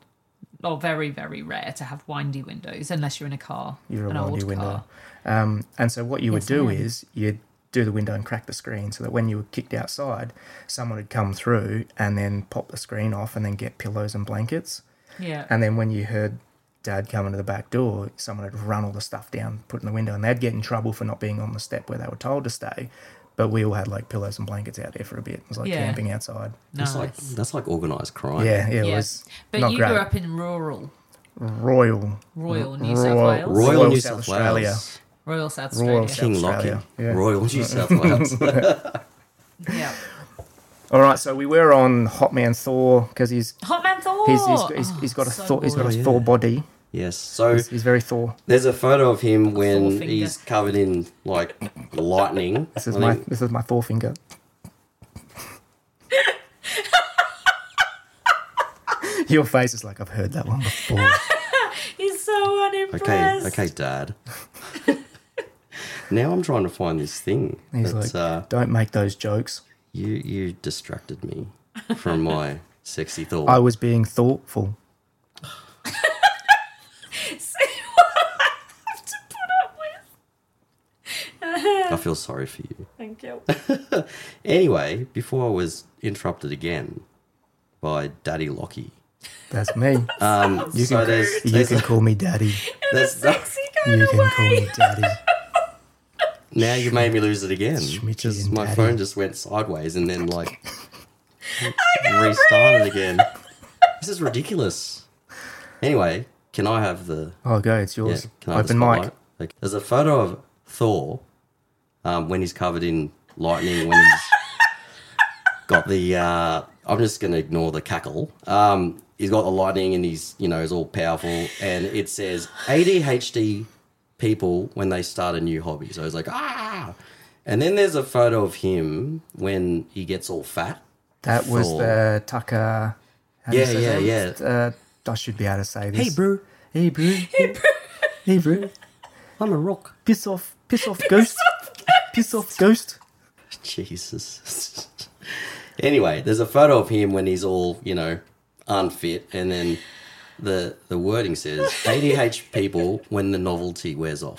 S3: Or very, very rare to have windy windows unless you're in a car.
S1: You're a
S3: an
S1: windy
S3: old
S1: window,
S3: car.
S1: um, and so what you would
S3: Yes,
S1: do
S3: I am.
S1: is you'd do the window and crack the screen so that when you were kicked outside, someone would come through and then pop the screen off and then get pillows and blankets,
S3: Yeah.
S1: and then when you heard. Dad coming to the back door, someone had run all the stuff down, put in the window, and they'd get in trouble for not being on the step where they were told to stay. But we all had like pillows and blankets out there for a bit. It was like
S3: Yeah.
S1: camping outside.
S2: that's like
S3: Nice.
S2: that's like organized crime.
S1: Yeah, yeah, it
S3: Yeah.
S1: was
S3: But
S1: not
S3: you
S1: great.
S3: grew up in rural,
S1: Royal,
S3: royal New
S1: Royal-
S3: South Wales.
S2: Royal,
S1: Royal
S2: New
S1: South
S2: South,
S1: Australia.
S2: Wales,
S3: Royal South Australia.
S1: Royal South
S2: King Lockie,
S1: Australia. Yeah.
S2: Royal New South Wales. (laughs)
S3: Yeah.
S1: All right, so we were on Hot Man Thor because he's
S3: Hot Man Thor.
S1: he's, he's, he's, he's got a
S3: so
S1: Thor, he's got a
S2: good. Oh,
S1: Thor
S2: yeah.
S1: body.
S2: yes. So
S1: He's, he's very Thor.
S2: There's a photo of him when
S3: forefinger.
S2: he's covered in like lightning.
S1: This is
S2: I
S1: my
S2: think-
S1: this is my Thor finger. Your face is like I've heard that one before.
S3: He's so
S2: okay,
S3: unimpressed.
S2: okay, Dad. now I'm trying to find this thing.
S1: He's
S2: But,
S1: like,
S2: uh,
S1: don't make those jokes.
S2: you you distracted me from my
S1: (laughs)
S2: sexy thought.
S1: I was being thoughtful.
S3: See what I have to put up with.
S2: I feel sorry for you.
S3: Thank you.
S2: Anyway, before I was interrupted again by Daddy Lockie.
S1: That's me.
S2: Um,
S1: You
S2: so
S1: can
S2: there's,
S1: you
S2: there's-
S1: can call me daddy. (laughs)
S2: there's-
S3: Sexy kind
S1: You
S3: of
S1: can call
S3: way.
S1: me daddy.
S2: now you made me lose it again.
S1: Schmitches and
S2: My
S1: daddy.
S2: phone just went sideways and then
S1: (laughs)
S2: like restarted again. This is ridiculous. Anyway, can I have the
S1: Oh, go. It's
S2: yeah,
S1: yours.
S2: can I have the
S1: Open mic.
S2: spotlight? Okay. There's a photo of Thor um, when he's covered in lightning, when he's got the. Uh, I'm just going to ignore the cackle. Um, he's got the lightning and he's, you know, is all powerful. And it says ADHD people when they start a new hobby. So it's like, ah. And then there's a photo of him when he gets all fat.
S1: That was
S2: Thor.
S1: the Tucker. how do you
S2: Yeah,
S1: say
S2: yeah,
S1: that? Uh, I should be able to say this.
S2: Hey, bro,
S1: Hey, bro. Hey, bro. Hey, bro.
S2: I'm a rock.
S1: Piss off. Piss off, ghost. Piss off, ghost.
S2: Jesus. (laughs) anyway, there's a photo of him when he's all, you know, unfit, and then the the wording says ADH people when the novelty
S1: (laughs)
S2: wears off.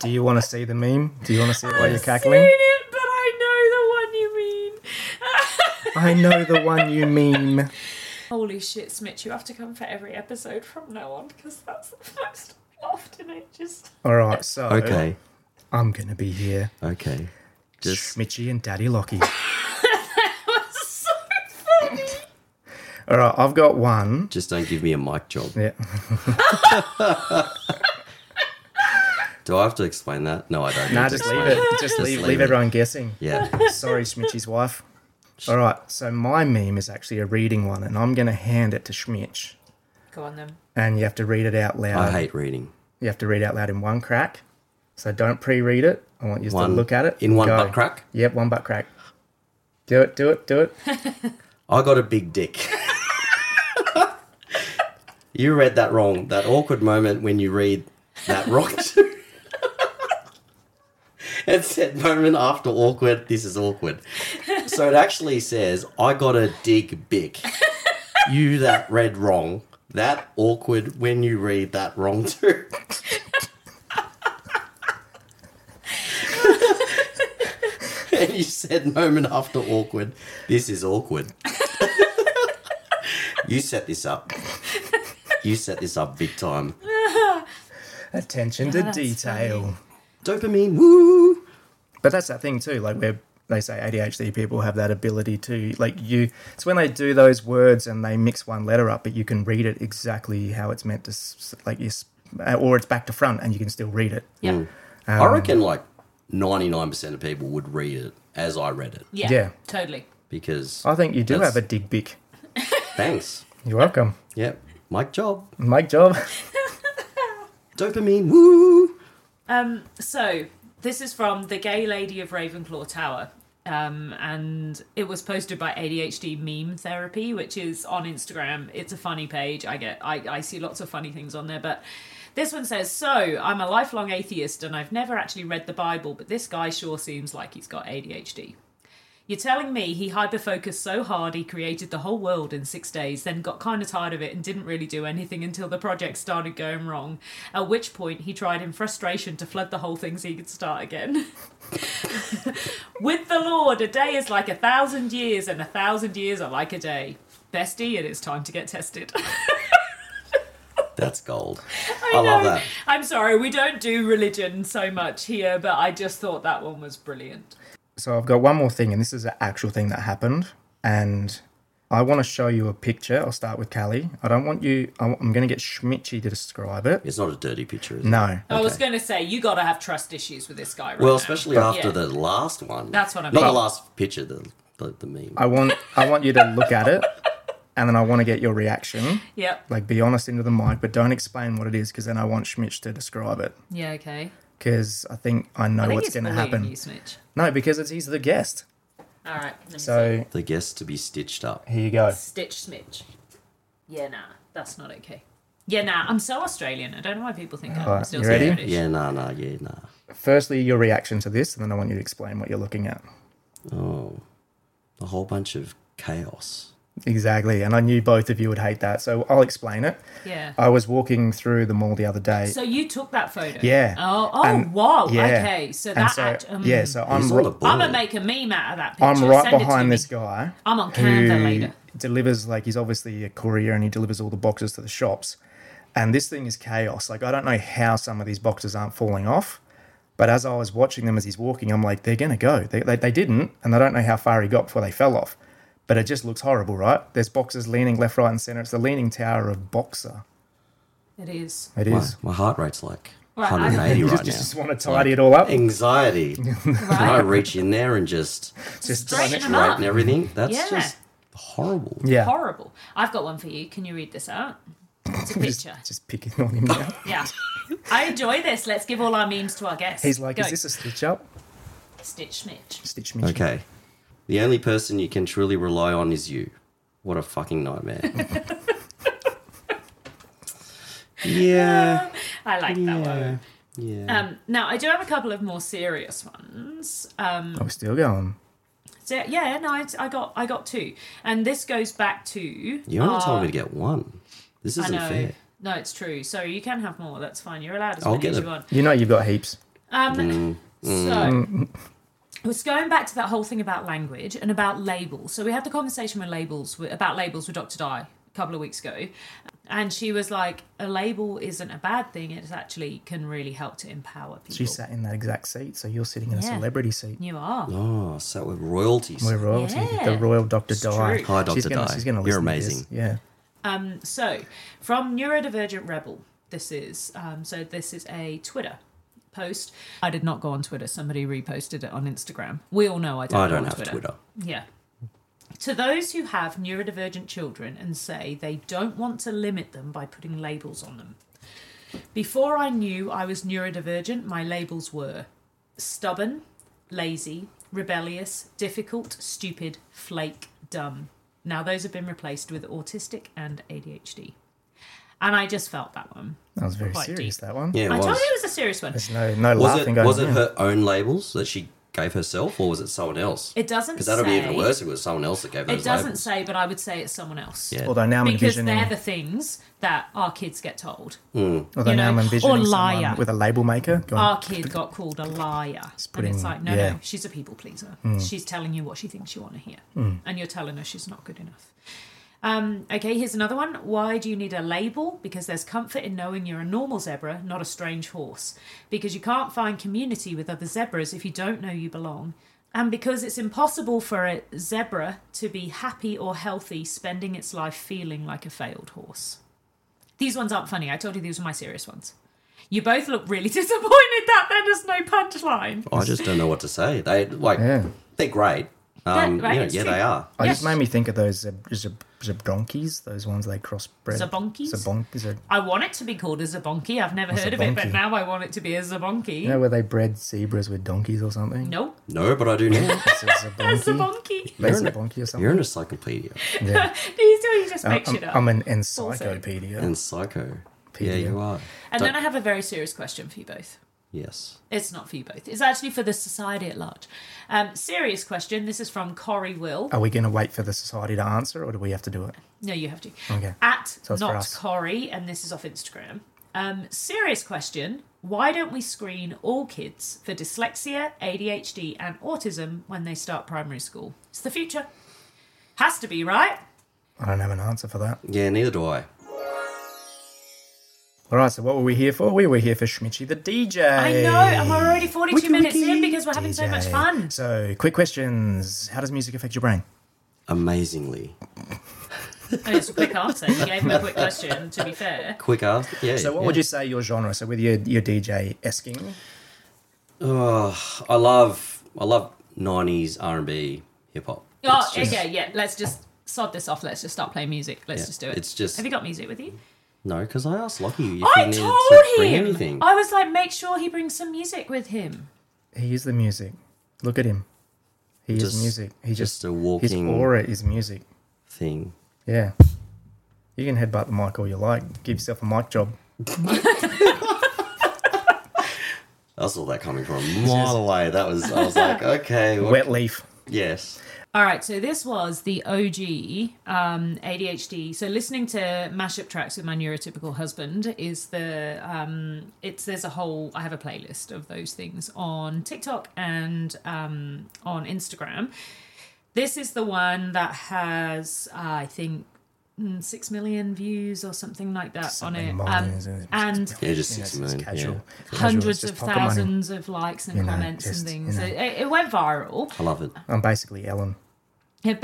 S1: Do you want to see the meme? Do you want to see it
S3: (laughs)
S1: while you're
S3: Seen
S1: cackling?
S3: it, but I know the
S1: I
S3: one you mean.
S1: know the one you mean.
S3: (laughs) Holy shit, Smitch, you have to come for every episode from now on because that's the most often I just.
S1: All right, so
S2: Okay,
S1: I'm gonna be here,
S2: okay. Just
S1: Smitchy and Daddy
S3: (laughs)
S1: Lockie.
S3: so funny.
S1: All right, I've got one.
S2: just don't give me a mic job.
S1: Yeah.
S2: Do I have to explain that? No, I don't.
S1: Nah,
S2: need to
S1: just leave
S2: explain
S1: it. Just leave, leave,
S2: leave it.
S1: everyone
S3: (laughs)
S1: guessing.
S2: Yeah.
S1: Sorry, Smitchy's wife. All right, so my meme is actually a reading one, and I'm gonna hand it to Schmitch,
S3: Go on then.
S1: and you have to read it out loud.
S2: I hate reading.
S1: You have to read out loud in one crack. So don't pre-read it. I want you just to
S2: One-
S1: look at it
S2: in
S1: and
S2: one
S1: go.
S2: butt crack?
S1: Yep, one butt crack. Do it. Do it. Do it.
S2: I got a big dick. you read that wrong. That awkward moment when you read that wrong. (laughs) too. it said moment after awkward. This is awkward. So it actually says, I got a dig big. You that read wrong. That awkward when you read that wrong too. (laughs) and you said moment after awkward. This is awkward. you set this up. You set this up big time.
S1: Attention to
S3: that's
S1: detail.
S2: Dopamine, woo!
S1: But that's that thing too, like where they say ADHD people have that ability to like you it's when they do those words and they mix one letter up, but you can read it exactly how it's meant to s- s- like you s- uh, or it's back to front and you can still read it.
S3: Yeah.
S2: I reckon like 99% of people would read it as I read it
S3: yeah.
S1: Yeah.
S3: Totally.
S2: because
S1: I think you do
S2: That's-
S1: have a dig bic.
S2: thanks.
S1: You're welcome.
S2: Yep, Mike job.
S1: Mike job.
S2: Dopamine, woo!
S3: So, this is from The Gay Lady of Ravenclaw Tower. Um, and it was posted by ADHD Meme Therapy, which is on Instagram. It's a funny page. I get, I, I see lots of funny things on there. But this one says, "So I'm a lifelong atheist, and I've never actually read the Bible, but this guy sure seems like he's got ADHD." You're telling me he hyperfocused so hard he created the whole world in six days, then got kind of tired of it and didn't really do anything until the project started going wrong, at which point he tried in frustration to flood the whole thing so he could start again. (laughs) With the Lord, a day is like a thousand years, and a thousand years are like a day. Bestie, it is time to get tested. (laughs)
S2: That's gold. I, love that.
S3: I'm sorry, we don't do religion so much here, but I just thought that one was brilliant.
S1: So I've got one more thing and this is an actual thing that happened and I want to show you a picture. I'll start with Callie. I don't want you I'm going to get Schmitchy to describe it.
S2: It's not a dirty picture, is it?
S1: No.
S3: I was going to say, you got to have trust issues with this guy right
S2: Well,
S3: now.
S2: especially after
S3: Yeah.
S2: the last one.
S3: That's what I
S2: Not
S3: mean.
S2: the last picture, the, the, the meme.
S1: I want I want you to look at it and then I want to get your reaction.
S3: Yep.
S1: Like be honest into the mic, but don't explain what it is because then I want Schmitch to describe it
S3: Yeah, okay.
S1: because I think I know
S3: I think
S1: what's
S3: it's
S1: going to
S3: bullying
S1: happen.
S3: You, Snitch.
S1: No, because it's he's the guest.
S3: All right. Let me see.
S1: So
S2: the guest to be stitched up.
S1: here you go.
S3: Stitch Smitch. Yeah, nah, that's not okay. Yeah, nah, I'm so Australian. I don't know why people think I'm
S1: Alright,
S3: still
S1: you
S3: so
S1: ready?
S3: British.
S2: Yeah, nah, nah, yeah, nah.
S1: Firstly, your reaction to this, and then I want you to explain what you're looking at.
S2: Oh, a whole bunch of chaos.
S1: Exactly, and I knew both of you would hate that, so I'll explain it.
S3: Yeah.
S1: I was walking through the mall the other day.
S3: So you took that photo?
S1: Yeah.
S3: Oh, oh,
S1: And-
S3: wow.
S1: yeah.
S3: Okay, so
S1: and
S3: that.
S1: so,
S3: act, um,
S1: yeah, so I'm
S2: He's all a
S1: ri-
S2: bully.
S3: I'm gonna make a meme out of that picture.
S1: I'm right
S3: Send it to
S1: behind
S3: me.
S1: this guy.
S3: I'm on Canva
S1: who
S3: later.
S1: delivers like he's obviously a courier and he delivers all the boxes to the shops and this thing is chaos like i don't know how some of these boxes aren't falling off but as i was watching them as he's walking i'm like they're gonna go they, they, they didn't and i don't know how far he got before they fell off but it just looks horrible right there's boxes leaning left right and center it's the leaning tower of boxer
S3: It is.
S1: it
S2: My,
S1: is
S2: my heart rate's like
S3: Right,
S2: 180
S1: you
S2: right
S1: just,
S2: now.
S1: just want to tidy it all up. (laughs)
S2: Anxiety. Can I
S3: Right.
S2: reach in there and just
S1: Just
S3: Straighten them
S2: right
S3: up.
S2: and everything? That's
S3: Yeah.
S2: just horrible.
S1: yeah.
S3: Horrible. I've got one for you. Can you read this out?
S1: (laughs)
S3: It's a
S1: Just,
S3: picture.
S1: just picking on him
S3: (laughs)
S1: now.
S3: Yeah. I enjoy this. Let's give all our memes to our guests.
S1: He's like,
S3: Go.
S1: is this a stitch up?
S3: Stitch Mitch?
S1: Stitch me.
S2: Okay. The only person you can truly rely on is you. What a fucking
S3: (laughs)
S2: nightmare. yeah.
S3: I like Uh, that one.
S2: Yeah. Yeah.
S3: Um, now, I do have a couple of more serious ones. Um,
S1: Oh, we're still going.
S3: so, yeah, no, I, I got I got two, and this goes back to
S2: you only
S3: our-
S2: told me to get one. This
S3: oh. I
S2: isn't
S3: know.
S2: fair.
S3: No, it's true. So you can have more. That's fine. You're allowed as
S2: I'll
S3: many
S2: get
S3: as
S2: a-
S3: you want.
S1: You know you've got heaps.
S3: Um,
S2: Mm.
S3: So it's going back to that whole thing about language and about labels. So we had the conversation with labels with, about labels with Dr. Di a couple of weeks ago, and she was like, "A label isn't a bad thing. It actually can really help to empower people."
S1: She sat in that exact seat, so you're sitting in a
S3: Yeah.
S1: celebrity seat.
S3: "You are."
S2: Oh, so we're royalties.
S1: We're royalty. The
S3: Yeah.
S1: royal Doctor Di.
S3: true.
S2: Hi, Dr.
S1: She's gonna,
S2: Di.
S1: She's gonna
S2: You're
S1: listen to this.
S2: amazing.
S1: Yeah.
S3: Um, so, from Neurodivergent Rebel, this is um, so this is a Twitter post. I did not go on Twitter. Somebody reposted it on Instagram. We all know I don't.
S2: I
S3: go
S2: don't
S3: on
S2: have Twitter.
S3: Yeah. To those who have neurodivergent children and say they don't want to limit them by putting labels on them. Before I knew I was neurodivergent, my labels were stubborn, lazy, rebellious, difficult, stupid, flake, dumb. Now those have been replaced with autistic and ADHD. And I just felt that one.
S1: That was very
S3: Quite
S1: serious.
S3: deep.
S1: That one.
S2: Yeah, it
S3: I
S2: was.
S3: told you it was a serious one.
S1: There's no no
S2: was
S1: laughing
S2: it,
S1: going
S2: was it
S1: on.
S2: her own labels that she gave herself, or was it someone else?
S3: It doesn't
S2: Because that would be
S3: say.
S2: even worse if it was someone else that gave
S3: It
S2: those
S3: doesn't
S2: labels.
S3: say, but I would say it's someone else.
S2: Yeah.
S1: Although now I'm
S3: because they're
S1: envisioning,
S3: the things that our kids get told.
S1: although
S3: you
S1: now
S3: know,
S1: I'm envisioning
S3: or
S1: someone
S3: liar.
S1: with a label maker going,
S3: Our kid got called a liar. and
S1: putting-
S3: it's like, no,
S1: yeah.
S3: no, she's a people pleaser. She's telling you what she thinks you want to hear. And you're telling her she's not good enough. Um, okay, here's another one. Why do you need a label? Because there's comfort in knowing you're a normal zebra, not a strange horse. Because you can't find community with other zebras if you don't know you belong. And because it's impossible for a zebra to be happy or healthy spending its life feeling like a failed horse. These ones aren't funny. I told you these were my serious ones. You both look really (laughs) disappointed that there is no punchline.
S2: I just don't know what to say. They like
S1: Yeah.
S2: they're great. Um,
S3: right,
S2: you know,
S3: it's
S2: yeah,
S3: true.
S2: they are.
S1: I
S3: Yeah.
S1: just made me think of those zeb, zeb, zebdonkeys, those ones they crossbred.
S3: Zabonkeys?
S1: Zabonkeys. Zeb,
S3: I want it to be called a zabonki. I've never heard of it, but
S1: zabonki?
S3: now I want it to be a zabonki.
S1: you know where they bred zebras with donkeys or something?
S3: No,
S2: No, but I do now.
S1: It's a
S3: a
S1: zabonkey.
S3: (laughs) zabonki.
S1: They zabonky or something.
S2: (laughs) You're an encyclopedia
S1: Yeah.
S3: These two, you just make
S1: I'm,
S3: shit up.
S1: I'm an encyclopedia.
S2: and psycho. Yeah,
S1: Pedia.
S2: you are.
S3: and
S2: Don't-
S3: then I have a very serious question for you both.
S2: yes.
S3: It's not for you both. It's actually for the society at large. Um, serious question. This is from Corey Will.
S1: Are we going to wait for the society to answer, or do we have to do it?
S3: No, you have to.
S1: Okay.
S3: At
S1: So it's for
S3: not
S1: us.
S3: Corey, and this is off Instagram. Um, serious question. Why don't we screen all kids for dyslexia, ADHD, and autism when they start primary school? It's the future. Has to be, right?
S1: I don't have an answer for that.
S2: Yeah, neither do I.
S1: All right, so what were we here for? We were here for Schmitchy the DJ.
S3: I know, and we're already 42
S1: Wiki,
S3: minutes in
S1: wiki.
S3: because we're having so much
S1: DJ.
S3: fun.
S1: So, quick questions. How does music affect your brain?
S2: Amazingly
S3: And it's a quick answer. You gave me a quick question, to be
S1: (laughs)
S3: fair.
S2: quick after. Yeah.
S1: So, what would you say your genre? So, with your, your DJ esking,
S2: Oh, I love. I love '90s R&B, hip hop.
S3: Oh, okay, yeah. Let's just sod this off. Let's just start playing music. Let's
S2: Yeah,
S3: just do it.
S2: it's just-
S3: Have you got music with you?
S2: No, because I asked Lockie if he
S3: I
S2: needed
S3: told
S2: to bring
S3: him.
S2: anything.
S3: I was like, make sure he brings some music with him.
S1: he is the music. Look at him. He
S2: Just-
S1: is music. He just,
S2: just a
S1: his
S2: walking-
S1: aura is music.
S2: Thing.
S1: Yeah. You can headbutt the mic all you like. Give yourself a mic job.
S2: I saw that coming from
S3: (laughs)
S2: a mile away. That was. I was like, okay, what-
S1: Wet leaf.
S2: yes.
S3: All right, so this was the OG um, ADHD. So listening to mashup tracks with my neurotypical husband is the um, it's there's a whole I have a playlist of those things on TikTok and um, on Instagram. This is the one that has uh, I think mm, six million views or something like that
S1: Something
S3: on it,
S1: minor,
S3: Um,
S1: isn't it?
S3: and
S2: Yeah, just
S1: You know, it's
S2: six
S1: just
S2: million.
S1: casual.
S2: Yeah.
S1: Casual, it's
S3: hundreds
S1: just
S3: of
S1: pocket money.
S3: thousands of likes and
S1: You know,
S3: comments
S1: just,
S3: and things.
S1: you know.
S3: it, it went viral. (laughs)
S2: I love it.
S1: I'm basically Ellen.
S3: It,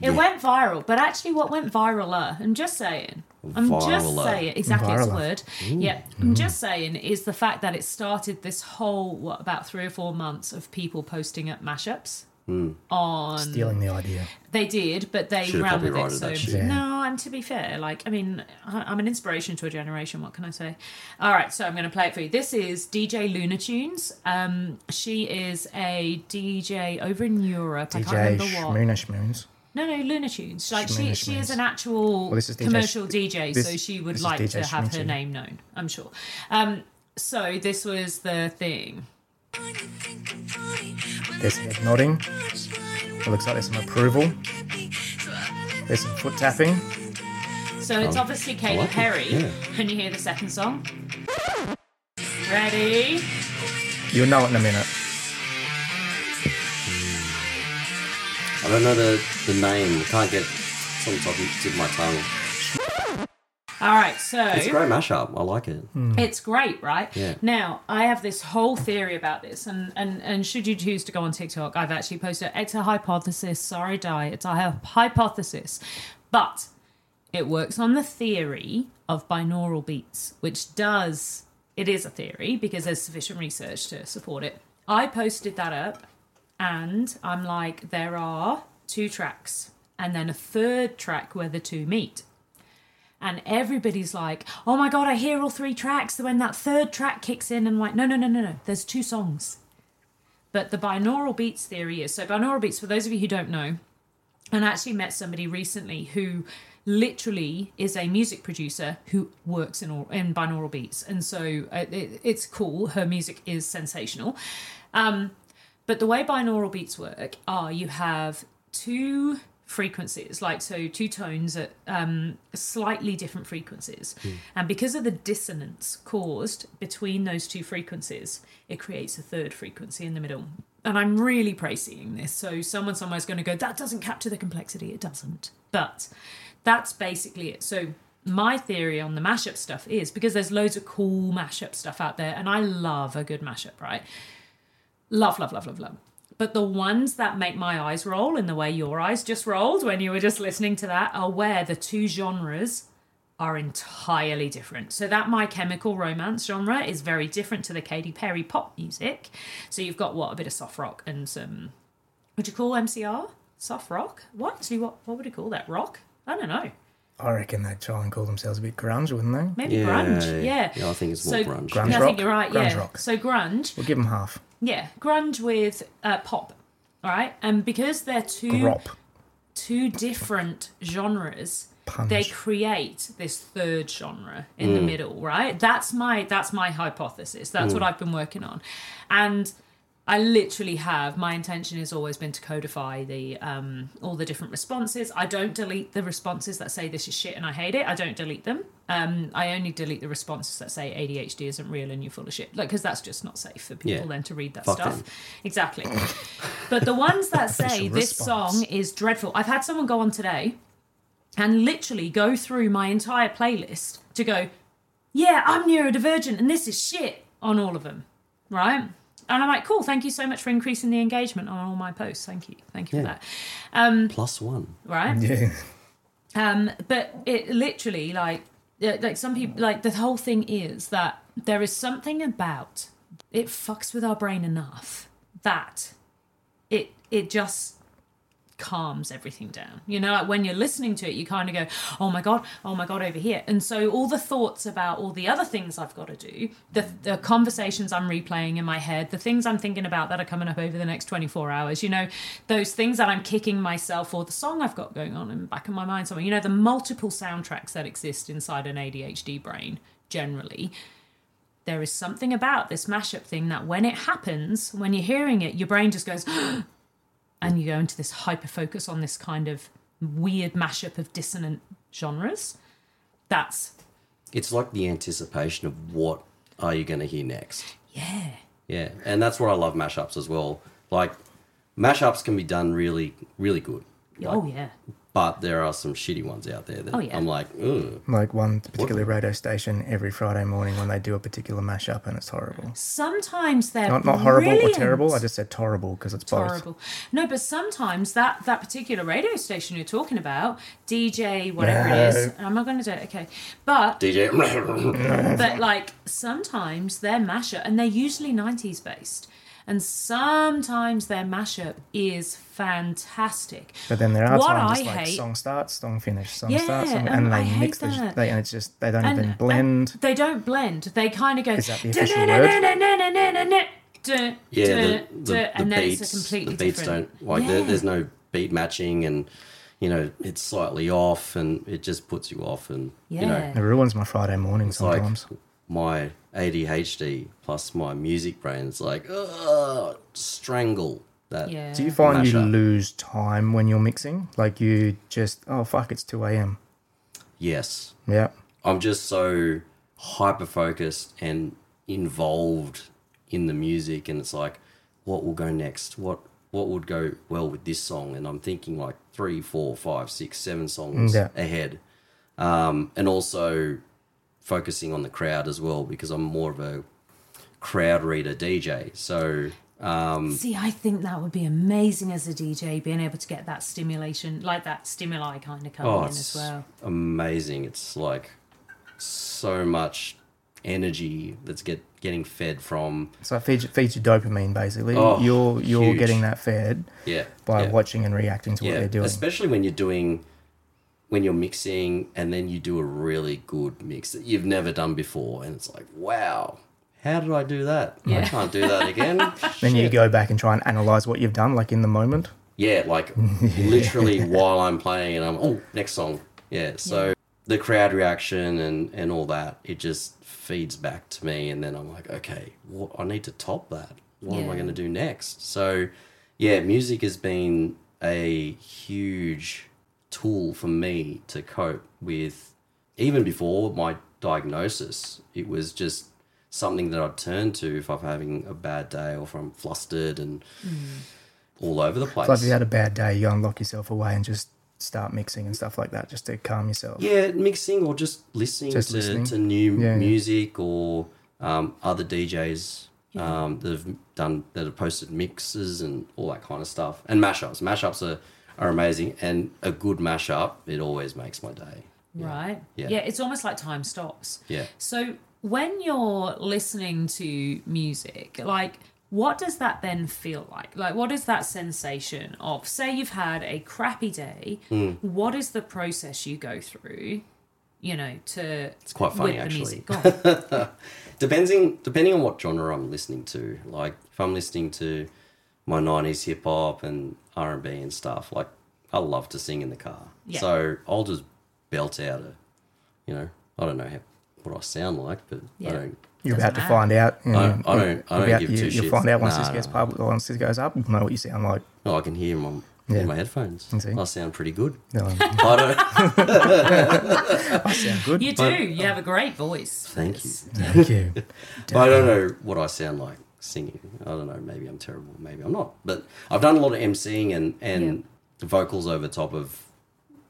S3: it went viral, but actually, what went viraler, uh, I'm just saying, I'm just
S2: Viral.
S3: saying exactly its
S1: Viral. Mm-hmm.
S3: word. Yeah, I'm just saying is the fact that it started this whole what about three or four months of people posting at mashups on
S1: Stealing the idea.
S3: they did, but they
S2: Should've
S3: ran with it.
S2: copyrighted
S3: So
S2: that shit.
S3: no, and to be fair, like I mean, I- I'm an inspiration to a generation. What can I say? All right, so I'm going to play it for you. This is DJ Luna Tunes. Um, she is a DJ over in Europe. I can't
S1: DJ
S3: remember what.
S1: Shmoona Shmoons.
S3: No, no, Luna Tunes. Like she,
S1: Shmoona
S3: she is
S1: Shmoons.
S3: an actual
S1: Well, this is DJ
S3: commercial
S1: Sh-
S3: DJ, so
S1: this-
S3: she
S1: this
S3: would
S1: is
S3: like
S1: DJ
S3: to have her
S1: Shmoons.
S3: name known. I'm sure. Um, so this was the thing.
S1: There's head nodding. It looks like there's some approval. There's some foot tapping.
S3: So it's obviously Katy
S2: Oh. like it,
S3: Perry.
S2: yeah.
S3: Can you hear the second song? Ready?
S1: You'll know it in a minute.
S2: I don't know the, the name. I can't get it's on the top of tip of my tongue.
S3: All right, so
S2: It's a great mashup. I like it.
S3: It's great, right?
S2: Yeah.
S3: Now, I have this whole theory about this, and, and, and should you choose to go on TikTok, I've actually posted it's a hypothesis. Sorry, Di, it's a hy- hypothesis. But it works on the theory of binaural beats, which does, it is a theory because there's sufficient research to support it. I posted that up, and I'm like, there are two tracks, and then a third track where the two meet and everybody's like, "Oh my god, I hear all three tracks." So when that third track kicks in, I'm like, "No, no, no, no, no. There's two songs." But the binaural beats theory is so binaural beats. For those of you who don't know, and I actually met somebody recently who literally is a music producer who works in all, in binaural beats, and so uh, it, it's cool. Her music is sensational. Um, but the way binaural beats work are you have two frequencies, like so two tones at um, slightly different frequencies. And because of the dissonance caused between those two frequencies, it creates a third frequency in the middle. And I'm really praising this. So someone somewhere's going to go, that doesn't capture the complexity. It doesn't. But that's basically it. So my theory on the mashup stuff is because there's loads of cool mashup stuff out there, and I love a good mashup, right? love, love, love, love, love. But the ones that make my eyes roll in the way your eyes just rolled when you were just listening to that are where the two genres are entirely different. So that My Chemical Romance genre is very different to the Katy Perry pop music. So you've got what a bit of soft rock and some. Would you call MCR soft rock? What? So you- what? What would you call that? Rock? I don't know.
S1: I reckon they'd try and call themselves a bit grunge, wouldn't they?
S3: Maybe
S2: Yeah,
S3: grunge. Yeah.
S2: yeah, I think it's more
S3: so,
S2: grunge.
S1: Grunge
S3: yeah, I
S1: rock?
S3: think you're right.
S1: Grunge
S3: yeah.
S1: rock.
S3: So grunge.
S1: We'll give them half.
S3: Yeah, grunge with uh, pop. All right, and because they're two
S1: Grop. (laughs)
S3: two different genres,
S1: Punch.
S3: they create this third genre in
S2: Mm.
S3: the middle. Right? That's my that's my hypothesis. That's
S2: Mm.
S3: what I've been working on, and I literally have. My intention has always been to codify the um, all the different responses. I don't delete the responses that say this is shit and I hate it. I don't delete them. Um, I only delete the responses that say ADHD isn't real and you're full of shit. Like, because that's just not safe for people
S2: Yeah.
S3: then to read that
S2: Fuck
S3: stuff.
S2: them.
S3: Exactly. but the ones that say
S1: Official
S3: this
S1: response.
S3: song is dreadful. I've had someone go on today and literally go through my entire playlist to go, yeah, I'm neurodivergent and this is shit on all of them, right? And I'm like, cool, thank you so much for increasing the engagement on all my posts. Thank you. Thank you for
S2: Yeah.
S3: that.
S2: Plus one.
S3: Right?
S1: Yeah.
S3: Um,
S1: Mm-hmm.
S3: but it literally, like, uh, like some people, like the whole thing is that there is something about it fucks with our brain enough that it it just calms everything down. You know, like when you're listening to it, you kind of go, "Oh my god, oh my god, over here." And so all the thoughts about all the other things I've got to do, the the conversations I'm replaying in my head, the things I'm thinking about that are coming up over the next 24 hours, you know, those things that I'm kicking myself or the song I've got going on in the back of my mind somewhere. You know, the multiple soundtracks that exist inside an ADHD brain generally there is something about this mashup thing that when it happens, when you're hearing it, your brain just goes, and you go into this hyper focus on this kind of weird mashup of dissonant genres. That's,
S2: It's like the anticipation of what are you going to hear next.
S3: yeah.
S2: Yeah, and that's what I love mashups as well. Like mashups can be done really, really good. Like,
S3: Oh, yeah.
S2: But there are some shitty ones out there that
S3: Oh, yeah.
S2: I'm like, Ugh.
S1: Like one particular radio station every Friday morning when they do a particular mashup and it's horrible.
S3: Sometimes they're
S1: Not not horrible
S3: brilliant.
S1: or terrible. I just said horrible because it's both.
S3: horrible. No, but sometimes that that particular radio station you're talking about, DJ whatever it is,
S1: No.
S3: I'm not going to do it. Okay, but
S2: (laughs) DJ.
S3: but like sometimes they're mashup and they're usually 90s based. And sometimes their mashup is fantastic.
S1: But then there are
S3: What
S1: times
S3: I
S1: it's like
S3: hate-
S1: song starts, song finish, song
S3: Yeah,
S1: starts, song,
S3: um,
S1: and
S3: I
S1: they
S3: hate
S1: mix the,
S3: that.
S1: they and it's just they don't even
S3: And-
S1: blend.
S3: and they don't blend. They kind of go.
S1: Is that the official word?
S3: Yeah,
S2: yeah, the, the, the
S3: and then
S2: beats,
S3: it's a completely
S2: the beats
S3: different.
S2: don't like there,
S3: Yeah.
S2: there's no beat matching, and you know it's slightly off, and it just puts you off, and you know
S3: Yeah.
S1: it ruins my Friday morning
S2: it's like
S1: sometimes.
S2: my ADHD plus my music brain is like ugh, strangle that.
S3: Yeah.
S1: do you find you
S2: mashup.
S1: lose time when you're mixing? Like you just oh fuck, it's two a.m.
S2: Yes,
S1: Yeah,
S2: I'm just so hyper focused and involved in the music, and it's like, what will go next? What what would go well with this song? And I'm thinking like three, four, five, six, seven songs
S1: Yeah.
S2: ahead, um, and also focusing on the crowd as well because I'm more of a crowd reader DJ. So Mm.
S3: See, I think that would be amazing as a DJ, being able to get that stimulation, like that stimuli kind of coming
S2: Oh,
S3: in
S2: it's
S3: as well.
S2: amazing. It's like so much energy that's get getting fed from
S1: so it feeds, feeds you dopamine basically.
S2: Oh,
S1: you're you're
S2: huge.
S1: getting that fed
S2: yeah
S1: by
S2: yeah.
S1: watching and reacting to what they're doing.
S2: Especially when you're doing when you're mixing and then you do a really good mix that you've never done before and it's like, wow, how did I do that? I can't do that again.
S1: (laughs) then you go back and try and analyze what you've done, like in the moment.
S2: yeah, like literally while I'm playing and I'm oh, next song. Yeah. So the crowd reaction and and all that, it just feeds back to me and then I'm like, okay, what I need to top that. What am I
S3: Yeah.
S2: going to do next? So yeah, music has been a huge tool for me to cope with even before my diagnosis. It was just something that I'd turn to if I'm having a bad day or if I'm flustered and all over the place.
S1: So if you had a bad day, you unlock yourself away and just start mixing and stuff like that, just to calm yourself.
S2: Yeah, mixing or just listening,
S1: Just
S2: to,
S1: listening.
S2: to new
S1: Yeah, yeah.
S2: music or um, other DJs um, that have done that have posted mixes and all that kind of stuff. And mashups. Mashups are, are amazing and a good mashup, it always makes my day.
S3: Right.
S2: Yeah.
S3: it's almost like time stops.
S2: Yeah.
S3: So when you're listening to music, like what does that then feel like? Like what is that sensation of say you've had a crappy day,
S2: Hmm.
S3: what is the process you go through, you know, to It's
S2: quite funny, actually.
S3: Go on.
S2: (laughs) Depending depending on what genre I'm listening to. Like if I'm listening to my nineties hip hop and R and B and stuff, like I love to sing in the car.
S3: Yeah.
S2: So I'll just belt out a you know, I don't know how what I sound like, but
S3: Yeah.
S2: I don't
S1: You're
S3: Doesn't
S1: about to
S3: matter.
S1: find out. you
S2: I
S1: know,
S2: don't- I don't- I don't
S1: about-
S2: give
S1: you,
S2: two
S1: You'll
S2: shits.
S1: find out once
S2: Nah,
S1: this gets
S2: nah.
S1: public, once this goes up, you'll know what you sound
S2: (laughs)
S1: like.
S2: Oh, I can hear him on
S1: Yeah.
S2: in my headphones.
S1: see?
S2: I sound pretty good.
S1: No,
S2: I don't. (laughs)
S1: sound good.
S3: You do. You have a great voice.
S2: Thank you.
S1: Thank you.
S2: (laughs) But I don't know what I sound like singing. I don't know. Maybe I'm terrible. Maybe I'm not. But I've done a lot of emceeing and and vocals over top of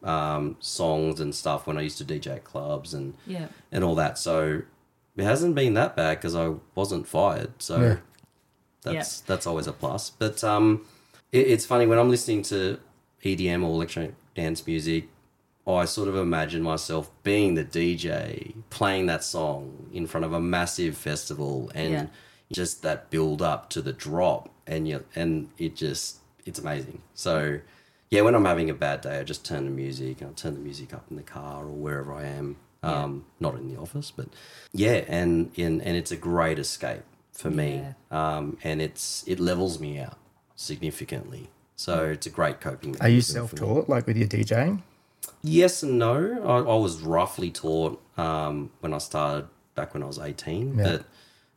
S2: um, songs and stuff when I used to DJ at clubs and
S3: Yeah.
S2: and all that. So it hasn't been that bad because I wasn't fired. So
S1: Yeah.
S2: that's that's always a plus. But um, it, it's funny when I'm listening to EDM or electronic dance music, I sort of imagine myself being the DJ playing that song in front of a massive festival and
S3: Yeah.
S2: just that build up to the drop and you and it just it's amazing. So yeah, when I'm having a bad day, I just turn the music and I turn the music up in the car or wherever I am. Um, not in the office, but yeah, and and, and it's a great escape for me. Um, and it's it levels me out significantly. So it's a great coping.
S1: Are you
S2: mechanism for me.
S1: self taught, like with your DJing?
S2: Yes and no. I, I was roughly taught um, when I started back when I was 18
S1: Yeah.
S2: that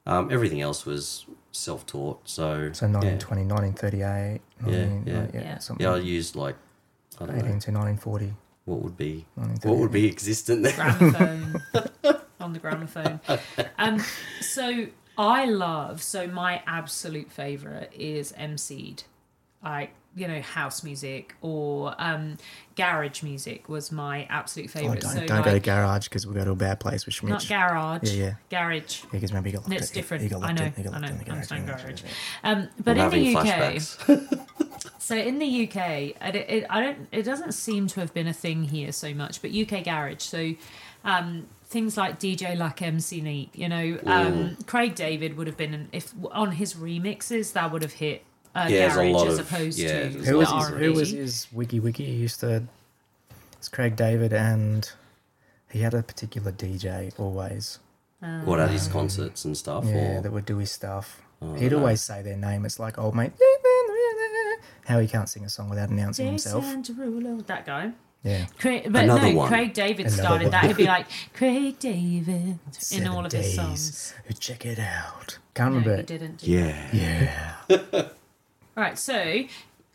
S2: um, everything else was self taught. So,
S1: So 1920, 1938,
S2: Yeah,
S1: 19,
S2: yeah.
S1: like, uh, yeah,
S3: Yeah.
S1: something.
S2: yeah, I used like, I don't
S1: 18 to
S2: know,
S1: 1940.
S2: what would be,
S1: think
S2: what would be existent then?
S3: gramophone on the gramophone. Um, so I love. So my absolute favorite is emceed. I you know house music or um, garage music was my absolute
S1: Oh,
S3: favorite.
S1: don't
S3: so
S1: don't
S3: like,
S1: go to garage because we'll go to a bad place with Schmitch.
S3: not garage,
S1: Yeah, yeah.
S3: garage.
S1: Yeah, because remember you got locked
S3: It's
S1: in-
S3: different.
S1: You got
S3: I
S1: locked
S3: know.
S1: in- you got
S3: I
S1: locked
S3: know.
S1: in the
S3: I understand
S1: yeah,
S3: garage.
S1: yeah, yeah.
S3: Um,
S2: I'm (laughs)
S3: but in
S2: having
S3: the UK, (laughs)
S2: flashbacks.
S3: so in the UK, I don't- it, I don't. It doesn't seem to have been a thing here so much, but UK garage. So um, things like DJ Luck, MC Neat. You know, um,
S2: Mm.
S3: Craig David would have been an, if on his remixes that would have hit. Uh,
S2: Yeah, there's a
S3: garage
S2: lot
S3: as
S2: of-
S3: opposed
S2: yeah,
S3: to
S2: there's
S1: Who was,
S2: lot
S3: the
S1: his,
S2: of
S3: R&B.
S1: who was his wiki wiki? He used to. It's Craig David, and he had a particular DJ always.
S3: Mm.
S2: what at his concerts and stuff?
S1: Yeah,
S2: or,
S1: that would do his stuff.
S2: I
S1: He'd
S2: dunno.
S1: always say their name. It's like old mate. How he can't sing a song without announcing himself.
S3: Jason Derulo, that guy.
S1: Yeah.
S3: Craig, but
S2: Another
S3: no,
S2: one.
S3: Craig David
S1: Another
S3: started that.
S1: one. (laughs)
S3: He'd be like Craig David in
S1: Seven
S3: all of his
S1: days. Oh,
S3: songs.
S1: Check it out. Can't
S3: No,
S1: remember.
S3: he
S1: it.
S3: didn't. do
S2: yeah.
S1: Yeah.
S3: All right, so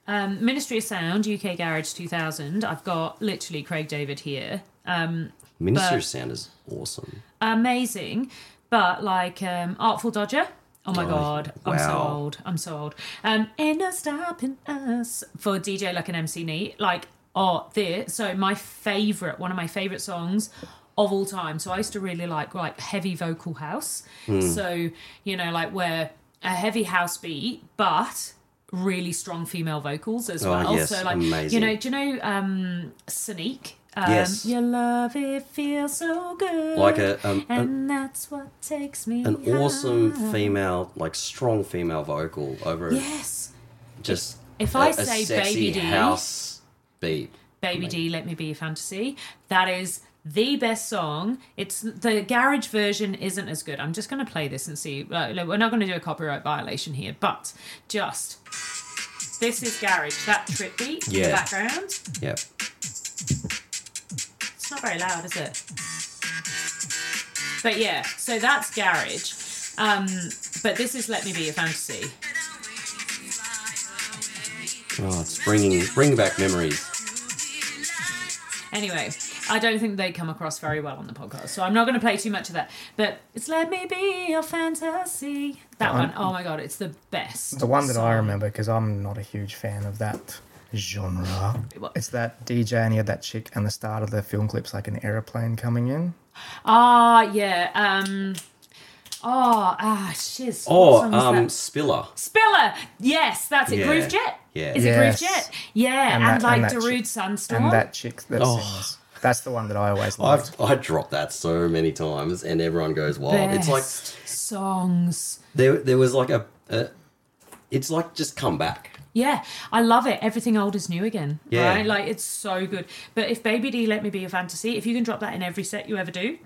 S3: um, Ministry of Sound, UK Garage 2000. I've got literally Craig David here.
S2: Ministry
S3: But-
S2: of Sound is awesome.
S3: Amazing, but like um, Artful Dodger. Oh my
S2: Oh,
S3: god, I'm so
S2: wow.
S3: old. I'm so old. Um, ain't no stopping us for DJ Luck and MC Neat. Like, oh, there. So my favorite, one of my favorite songs of all time. So I used to really like like heavy vocal house.
S2: Hmm.
S3: So you know, like where a heavy house beat, but really strong female vocals as
S2: Oh,
S3: well.
S2: yes,
S3: so like
S2: amazing.
S3: you know, do you know um, Sonique? Um,
S2: Yes.
S3: Your love it feels so good.
S2: Like a- um,
S3: and that's what takes me.
S2: An awesome
S3: high.
S2: female, like strong female vocal over
S3: Yes,
S2: just
S3: If
S2: a-
S3: I
S2: a
S3: say
S2: sexy
S3: Baby D-
S2: house beat.
S3: baby D, let me be your fantasy. That is the best song. It's the garage version isn't as good. I'm just going to play this and see. like, look, we're not going to do a copyright violation here, but just this is garage. That trip beat in
S2: Yeah.
S3: the background.
S2: Yep.
S3: It's not very loud, is it? But yeah, so that's garage. Um, but this is Let Me Be Your Fantasy.
S2: Oh, it's bringing bringing back memories.
S3: Anyway, I don't think they come across very well on the podcast, so I'm not going to play too much of that. But it's Let Me Be Your Fantasy. That one, oh my god, it's the best.
S1: The one that I
S3: song.
S1: remember, because I'm not a huge fan of that genre.
S3: What?
S1: It's that DJ and he had that chick and the start of the film clips like an aeroplane coming in.
S3: Ah, yeah. Um. Oh, ah, shiz.
S2: Oh,
S3: what song is that?
S2: um, Spiller.
S3: Spiller. Yes, that's it.
S2: Yeah.
S3: Groove Jet.
S2: Yeah.
S3: Is
S1: Yes.
S3: it Groove Jet? Yeah, and,
S1: And that-
S3: like
S1: and that
S3: Darude
S1: chick-
S3: Sunstorm.
S1: And that chick that
S2: Oh.
S1: sings. That's the one that I always loved.
S2: I've I dropped that so many times, and everyone goes wild. It's like
S3: Best songs.
S2: there there was like a, a it's like just come back.
S3: Yeah, I love it. Everything old is new again.
S2: Yeah.
S3: Right? Like it's so good. But if Baby D Let Me Be a Fantasy, if you can drop that in every set you ever do,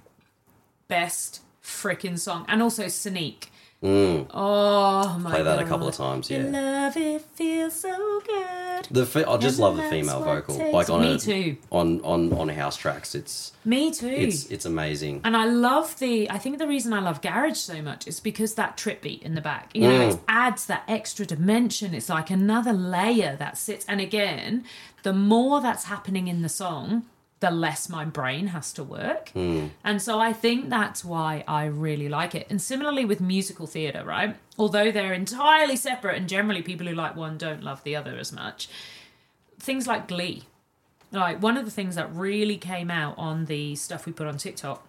S3: best freaking song. And also Sneak. Oh my
S2: Mm. Play
S3: god.
S2: that a couple of times,
S3: Your
S2: yeah.
S3: love it feels so good.
S2: The fe- I just
S3: Yeah,
S2: love the
S3: that's
S2: female
S3: what
S2: vocal,
S3: takes-
S2: like on
S3: Me
S2: a,
S3: too.
S2: on on on house tracks. It's
S3: Me too.
S2: it's it's amazing.
S3: And I love the. I think the reason I love garage so much is because that trip beat in the back. You know, it adds that extra dimension. It's like another layer that sits. And again, the more that's happening in the song, the less my brain has to work. And so I think that's why I really like it. And similarly with musical theatre, right? Although they're entirely separate, and generally people who like one don't love the other as much. Things like Glee. Like one of the things that really came out on the stuff we put on TikTok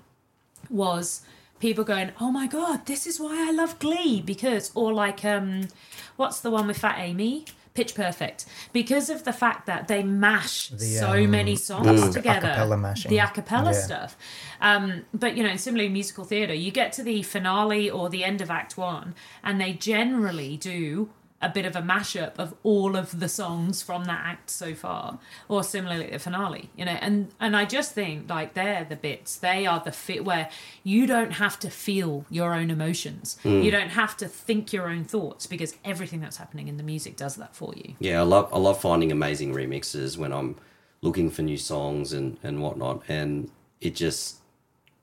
S3: was people going, "Oh my god, this is why I love Glee," because or like um, what's the one with Fat Amy? Pitch Perfect, because of the fact that they mash so
S1: um,
S3: many songs
S1: aca-
S3: together,
S1: acapella mashing.
S3: the
S1: Yeah.
S3: acapella stuff. Um, but you know, similarly in musical theatre, you get to the finale or the end of Act One, and they generally do. A bit of a mashup of all of the songs from that act so far, or similarly at the finale, you know, and and I just think like they're the bits, they are the fit where you don't have to feel your own emotions, you don't have to think your own thoughts because everything that's happening in the music does that for you.
S2: Yeah, I love I love finding amazing remixes when I'm looking for new songs and and whatnot, and it just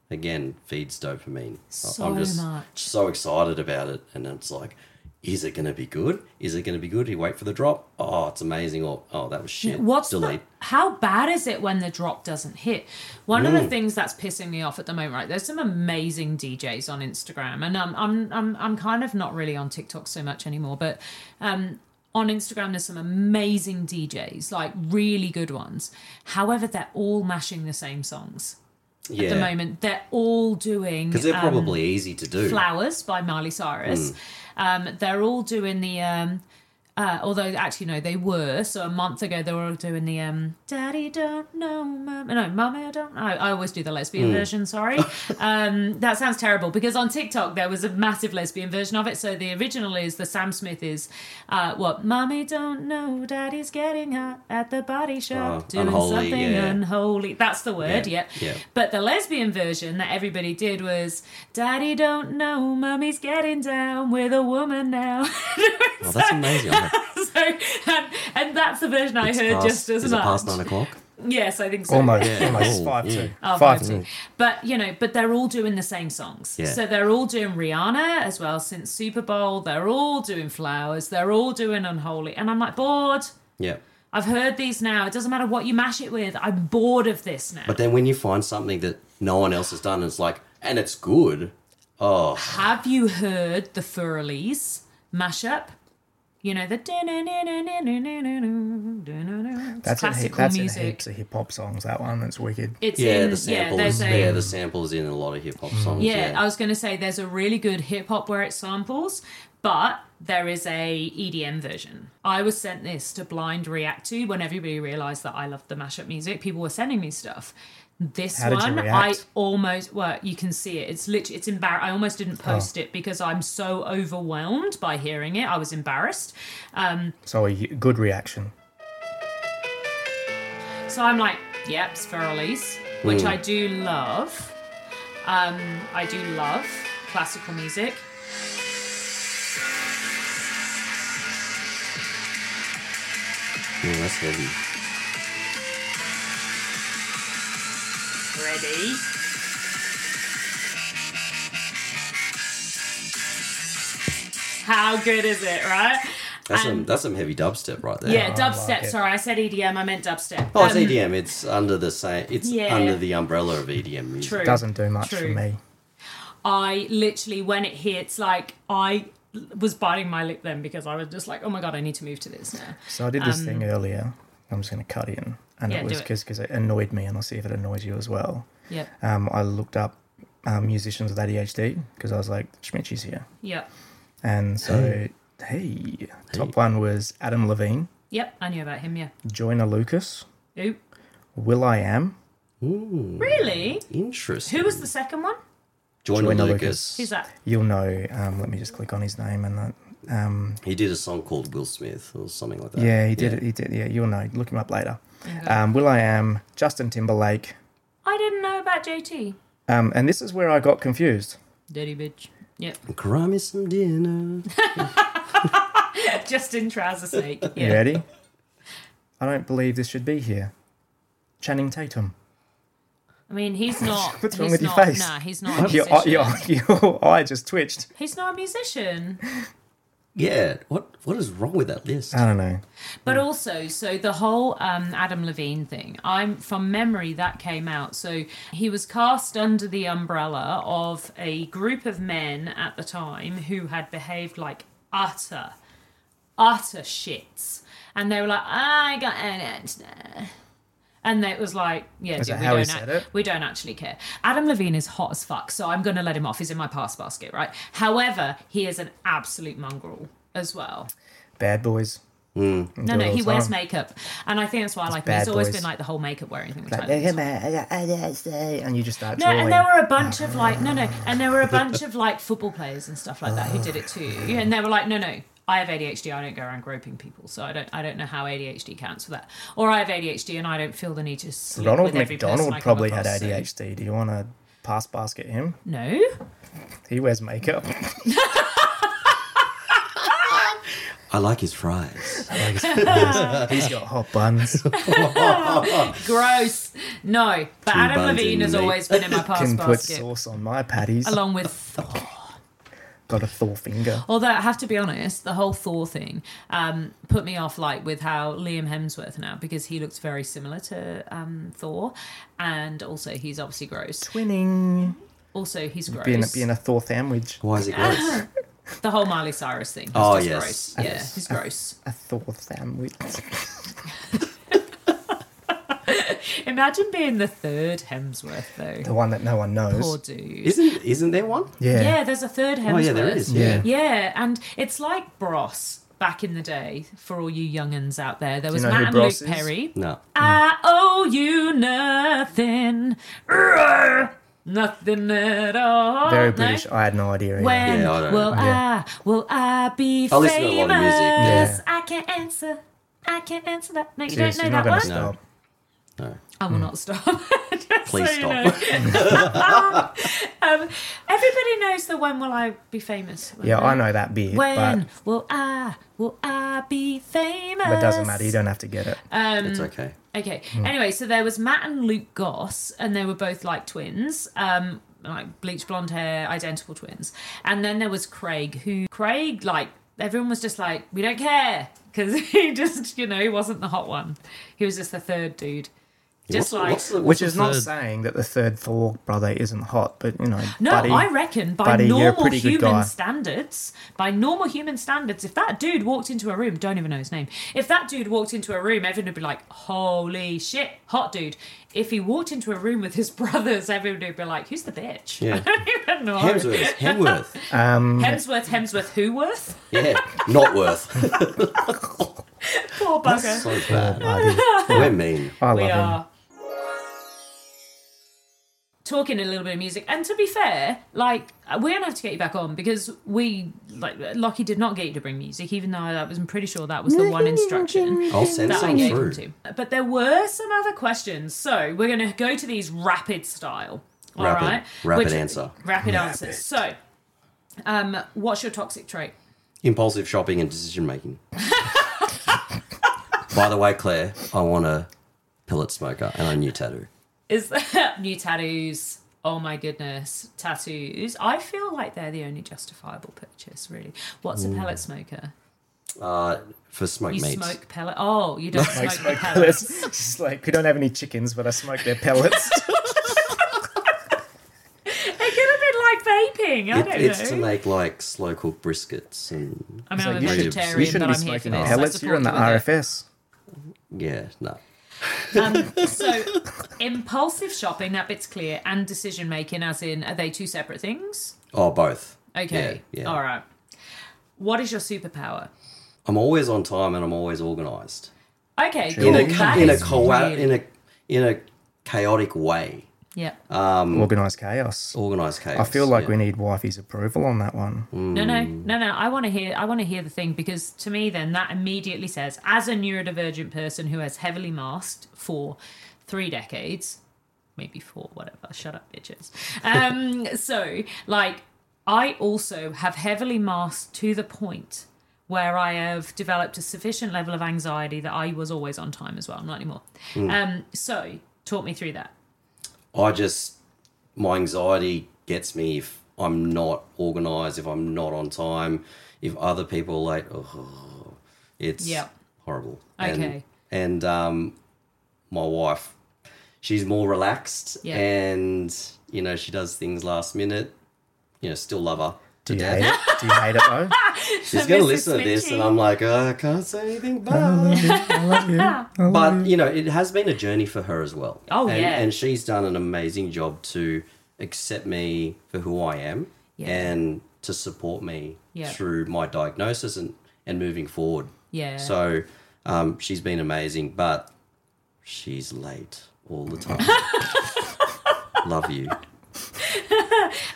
S2: again feeds dopamine. I-
S3: So
S2: I'm just
S3: much.
S2: so excited about it, and it's like, is it going to be good? Is it going to be good? You wait for the drop. Oh, it's amazing. Or oh, that was shit.
S3: What's the-
S2: delete?
S3: how bad is it when the drop doesn't hit? One of the things that's pissing me off at the moment, right? There's some amazing DJs on Instagram, and I'm I'm I'm I'm kind of not really on TikTok so much anymore, but um, on Instagram, there's some amazing DJs, like really good ones. However, they're all mashing the same songs
S2: yeah.
S3: at the moment. They're all doing
S2: Because they're
S3: um,
S2: probably easy to do.
S3: Flowers by Miley
S2: Mm.
S3: Cyrus. Um, they're all doing the. Um, uh, although actually no, they were. So a month ago they were all doing the um, "Daddy don't know, Mama no, Mama I don't." know. I, I always do the lesbian
S2: Mm.
S3: version.
S2: (laughs)
S3: Sorry, um, that sounds terrible because on TikTok there was a massive lesbian version of it. So the original is the Sam Smith is uh, what Mommy don't know, Daddy's getting hot at the body shop
S2: Oh,
S3: doing
S2: unholy,
S3: something
S2: yeah, yeah.
S3: unholy. That's the word.
S2: Yeah,
S3: Yeah,
S2: yeah.
S3: but the lesbian version that everybody did was, Daddy don't know, mummy's getting down with a woman now. (laughs)
S2: Oh, that's amazing. I'm like,
S3: so, and, and that's the version I heard
S2: past-
S3: just as
S2: is
S3: much.
S2: it past nine o'clock?
S3: Yes, I think so.
S1: Almost,
S2: Yeah.
S1: almost
S2: Oh,
S1: five
S2: yeah.
S1: two,
S3: Oh,
S1: five
S3: five
S1: two.
S3: two. But you know, but they're all doing the same songs.
S2: Yeah.
S3: So they're all doing Rihanna as well since Super Bowl. They're all doing Flowers. They're all doing Unholy. And I'm like bored.
S2: Yeah.
S3: I've heard these now. It doesn't matter what you mash it with. I'm bored of this now.
S2: But then when you find something that no one else has done, and it's like, and it's good. Oh,
S3: Have you heard the Furleys mashup? You know the it's
S1: That's in, he-
S3: classical
S1: that's in
S3: music.
S1: heaps of hip hop songs. That one, that's wicked.
S3: It's
S2: yeah,
S3: in
S2: the
S3: yeah,
S2: samples.
S3: there's
S2: Yeah,
S3: a
S2: the samples in a lot of hip hop songs.
S3: yeah,
S2: Yeah,
S3: I was going to say there's a really good hip hop where it samples, but there is a EDM version. I was sent this to blind react to when everybody realized that I loved the mashup music. People were sending me stuff. This
S1: How did you
S3: one, I
S1: react?
S3: almost well, you can see it. It's literally it's embarrassing. I almost didn't
S1: Oh.
S3: post it because I'm so overwhelmed by hearing it. I was embarrassed.
S1: So a y- good reaction.
S3: So I'm like, yep, Spheralise, which
S1: Hmm.
S3: I do love. Um, I do love classical music.
S2: Yeah, Hmm, that's heavy.
S3: Ready? How good is it, right?
S2: That's some
S3: And-
S2: that's some heavy dubstep right there.
S3: Um, yeah,
S1: I
S3: dubstep.
S1: like it.
S3: sorry, I said EDM. I meant dubstep.
S2: Oh, it's
S3: Um,
S2: EDM. It's under the same. It's
S3: yeah.
S2: under the umbrella of EDM music.
S3: True.
S1: Doesn't do much for
S3: True.
S1: me.
S3: I literally, when it hits, like I was biting my lip then because I was just like, oh my god, I need to move to this now.
S1: So I did this thing earlier. I'm just going to cut in, and
S3: Um, Yeah,
S1: it
S3: do
S1: was
S3: it.
S1: because it annoyed me, and I'll see if it annoys you as well.
S3: Yep.
S1: Um, I looked up um, musicians with ADHD because I was like, Schmitchy's here,
S3: Yep.
S1: and so hey, top one was Adam Levine,
S3: Yep. I knew about him. Yeah.
S1: Joyner Lucas,
S3: Ooh.
S1: Will I Am,
S2: Ooh,
S3: Really?
S2: interesting.
S3: Who was the second one?
S2: Joyner
S1: Joyner
S2: Lucas.
S3: Who's that?
S1: You'll know. Um, let me just click on his name and that. Um,
S2: He did a song called Will Smith or something like that.
S1: yeah, he did it. He did. Yeah, you'll know. Look him up later.
S3: Okay.
S1: Um, Will I am Justin Timberlake.
S3: I didn't know about JT.
S1: Um, and this is where I got confused.
S3: Dirty bitch. Yep. (laughs)
S2: Cry me some dinner.
S3: Justin Trouser Snake.
S1: You
S3: Yeah.
S1: ready? I don't believe this should be here. Channing Tatum.
S3: I mean, he's not.
S1: (laughs) What's
S3: he's
S1: wrong with your
S3: not,
S1: face?
S3: Nah, he's not a musician.
S1: (laughs) Your, eye- your, your (laughs) eye just twitched.
S3: He's not a musician.
S2: Yeah. What What is wrong with that list?
S1: I don't know.
S3: But also, so the whole um, Adam Levine thing, I'm from memory that came out. So he was cast under the umbrella of a group of men at the time who had behaved like utter, utter shits, and they were like, "I got an answer." And it was like, yeah, dude,
S1: that
S3: we
S1: how he
S3: don't
S1: said
S3: ac-
S1: it?
S3: we don't actually care. Adam Levine is hot as fuck, so I'm going to let him off. He's in my pass basket, right? However, he is an absolute mongrel as well.
S1: Bad boys.
S3: No, no,
S1: all
S3: he
S1: the
S3: wears
S1: time.
S3: makeup, and I think that's why I like him.
S1: bad
S3: It's always
S1: boys.
S3: been like the whole makeup wearing thing. Which I
S1: Like,
S3: love.
S1: and you just start
S3: No,
S1: drawing.
S3: and there were a bunch of like no, no, and
S1: (laughs)
S3: there were a bunch of like football players and stuff like that who did it too, Yeah, and they were like, no, no. I have ADHD. I don't go around groping people, so I don't. I don't know how ADHD counts for that. Or I have ADHD, and I don't feel the need to. Sleep
S1: Ronald
S3: with every person I
S1: McDonald
S3: come
S1: probably
S3: across,
S1: had
S3: so-
S1: ADHD. Do you want to pass basket him?
S3: No,
S1: He wears
S3: (laughs)
S1: makeup.
S2: I like his fries.
S1: He's got hot buns.
S3: gross. No, but Adam
S2: buns
S3: Levine
S2: in
S3: has
S2: meat.
S3: always been
S1: (laughs)
S3: in my past
S1: Can put
S3: basket,
S1: sauce on my patties.
S3: along with
S1: (laughs) Got a Thor finger.
S3: Although I have to be honest, the whole Thor thing um, put me off, like with how Liam Hemsworth now, because he looks very similar to um, Thor, and also he's obviously gross.
S1: Twinning.
S3: Also, he's gross. (laughs)
S1: Being a, being a Thor sandwich.
S2: Why is it gross?
S3: The whole Miley Cyrus thing. He's
S2: Oh,
S3: just
S2: yes.
S3: gross. Yeah,
S1: Yes. (laughs)
S3: he's gross.
S1: A Thor sandwich. (laughs)
S3: Imagine being the third Hemsworth though.
S1: the one that no one knows.
S3: Poor dude.
S2: Isn't isn't there one?
S1: yeah.
S3: Yeah, there's a third Hemsworth.
S2: Oh yeah, there is.
S1: Yeah.
S2: Yeah.
S3: Yeah, and it's like Bros back in the day for all you younguns out there. There was
S1: know who
S3: Matt and Luke
S1: Bros is?
S3: Perry.
S2: No.
S3: I owe you nothing. Urgh. Nothing at all.
S1: Very
S3: No?
S1: British. I had no idea. either.
S3: When
S2: Yeah, I don't
S3: will
S2: know.
S1: Yeah.
S3: I will I be
S2: I listen to a lot of
S3: famous?
S1: yeah.
S2: music,
S3: I can't answer. I can't answer that. No, you
S1: Serious,
S3: don't
S1: you're
S3: know
S1: not
S3: that
S1: gonna Mm.
S3: one.
S1: stop.
S2: No.
S3: I will not stop. (laughs) Just
S2: Please
S3: so you
S2: stop.
S3: know. (laughs) um, everybody knows the when will I be famous?
S1: Yeah, I know that bit,
S3: When
S1: but
S3: will I will I be famous?
S1: but it doesn't matter. You don't have to get it.
S3: Uh,
S2: it's
S3: Um,
S2: okay.
S3: Okay. Anyway, so there was Matt and Luke Goss, and they were both like twins, um, like bleach blonde hair, identical twins. And then there was Craig, who Craig like everyone was just like, we don't care because (laughs) he just you know he wasn't the hot one. He was just the third dude. Just like
S2: the-
S1: Which
S2: the
S1: is not
S2: third-
S1: saying that the third Thor brother isn't hot, but you know,
S3: no,
S1: buddy,
S3: I reckon by
S1: buddy, you're a
S3: normal
S1: pretty good guy.
S3: human standards, by normal human standards, if that dude walked into a room, don't even know his name. If that dude walked into a room, everyone would be like, "Holy shit, hot dude!" If he walked into a room with his (laughs) brothers, everyone would be like, "Who's the bitch?"
S2: Yeah.
S3: (laughs)
S1: (laughs)
S3: I don't even know.
S2: Hemsworth. Hemsworth.
S3: Hemsworth, Hemsworth, who
S2: (laughs)
S3: worth?
S2: yeah. Not
S3: (laughs)
S2: worth.
S3: Poor bugger.
S2: So bad.
S1: buddy.
S2: We're mean.
S1: I
S3: we
S1: love him. (laughs)
S3: are talking a little bit of music and to be fair like we're gonna have to get you back on because we like Lockie did not get you to bring music even though I was I'm pretty sure that was the one instruction
S2: I'll send
S3: that I
S2: some
S3: gave
S2: through.
S3: him to but there were some other questions so we're gonna go to these rapid style all right?
S2: Rapid- rapid answer.
S3: rapid answers so um what's your toxic trait
S2: Impulsive shopping and decision making. By the way, Claire, I want a pellet smoker and a new tattoo.
S3: is (laughs) that new tattoos oh my goodness tattoos i feel like they're the only justifiable purchase really what's a pellet smoker
S2: Uh, for smoked
S3: you
S2: meats.
S3: smoke pellet
S2: (laughs)
S3: oh you don't
S1: Like
S3: smoke,
S1: smoke
S3: the pellets
S1: pellets. It's like we don't have any chickens, but I smoke their pellets.
S3: (laughs) it could have been like vaping i
S2: It-
S3: don't
S2: it's to
S3: know
S2: make like slow cooked briskets and
S3: i mean i'm
S1: Like,
S3: a
S1: you, should,
S3: vegetarian
S1: you
S3: but
S1: shouldn't be
S3: i'm here for
S1: smoking
S3: this
S1: pellets.
S3: I
S1: You're on the
S3: support you
S1: RFS.
S2: yeah, no.
S3: with it. so (laughs) impulsive shopping that bit's clear and decision making as in are they two separate things
S2: Oh, both.
S3: okay
S2: Yeah, yeah.
S3: all right what is your superpower
S2: I'm always on time and I'm always organised.
S3: okay
S2: In a
S3: cool. That
S2: in a
S3: is
S2: co-
S3: really-
S2: in a in a chaotic way.
S3: yeah
S1: Organised chaos.
S2: Organised chaos.
S1: I feel like
S2: Um, yeah. Mm.
S1: we need wifey's approval on that one.
S3: No, no, no, no. I want to hear. I want to hear the thing because to me, then that immediately says, as a neurodivergent person who has heavily masked for three decades, maybe four, whatever. Shut up, bitches. Um, (laughs) so, like, I also have heavily masked to the point where I have developed a sufficient level of anxiety that I was always on time as well. I'm not anymore. Um, so, talk me through that.
S2: I just my anxiety gets me if I'm not organised, if I'm not on time, if other people are late. Oh, it's
S3: Yep.
S2: horrible.
S3: Okay.
S2: And, and um, my wife, she's more relaxed,
S3: Yeah.
S2: and you know she does things last minute. You know, still love her.
S1: Do you hate it?
S3: (laughs)
S1: Do you hate it though?
S2: She's gonna
S3: Mrs.
S2: listen to this, and
S3: Smithy.
S2: I'm like, "Oh, I can't say anything bad.
S1: I love
S3: (laughs)
S1: you.
S2: But you know, it has been a journey for her as well.
S3: Oh,
S2: and,
S3: yeah.
S2: and she's done an amazing job to accept me for who I am
S3: Yeah.
S2: and to support me
S3: Yeah.
S2: through my diagnosis and and moving forward.
S3: Yeah.
S2: So um, she's been amazing, but she's late all the
S3: (laughs)
S2: time. Love you.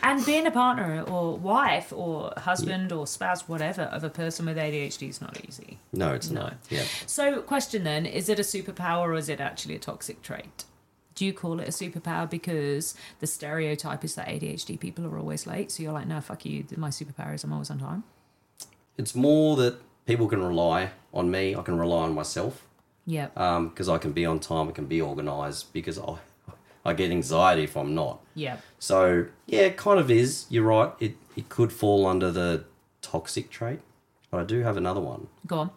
S3: And being a partner or wife or husband or spouse, whatever, of a person with ADHD is not easy.
S2: No, it's not. Yeah.
S3: So, question then is it a superpower or is it actually a toxic trait? Do you call it a superpower because the stereotype is that ADHD people are always late? So you're like, no, fuck you. My superpower is I'm always on time.
S2: It's more that people can rely on me. I can rely on myself.
S3: Yeah.
S2: because um, I can be on time, I can be organised. Because I, (laughs) I get anxiety if I'm not.
S3: yeah.
S2: So yeah, it kind of is. You're right. It it could fall under the toxic trait, but I do have another one.
S3: Go on.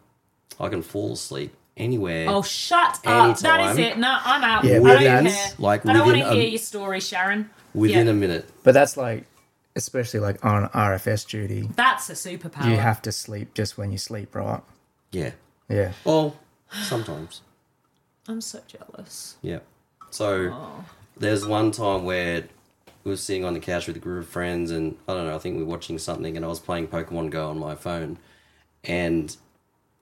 S2: I can fall asleep anywhere.
S3: Oh, shut up. That is
S2: Anytime.
S3: it. No, I'm out.
S1: Yeah,
S3: I don't
S1: within-
S3: care.
S2: like
S3: I don't want
S2: within
S3: to
S2: a-
S3: hear your story, Sharon.
S2: within
S3: yeah.
S2: a minute.
S1: But that's like especially like on RFS duty,
S3: That's a superpower.
S1: you have to sleep just when you sleep, right?
S2: Yeah.
S1: Yeah.
S2: Well, sometimes.
S3: I'm so jealous.
S2: Yeah. So there's one time where we were sitting on the couch with a group of friends, and I don't know, I think we were watching something, and I was playing Pokemon Go on my phone, and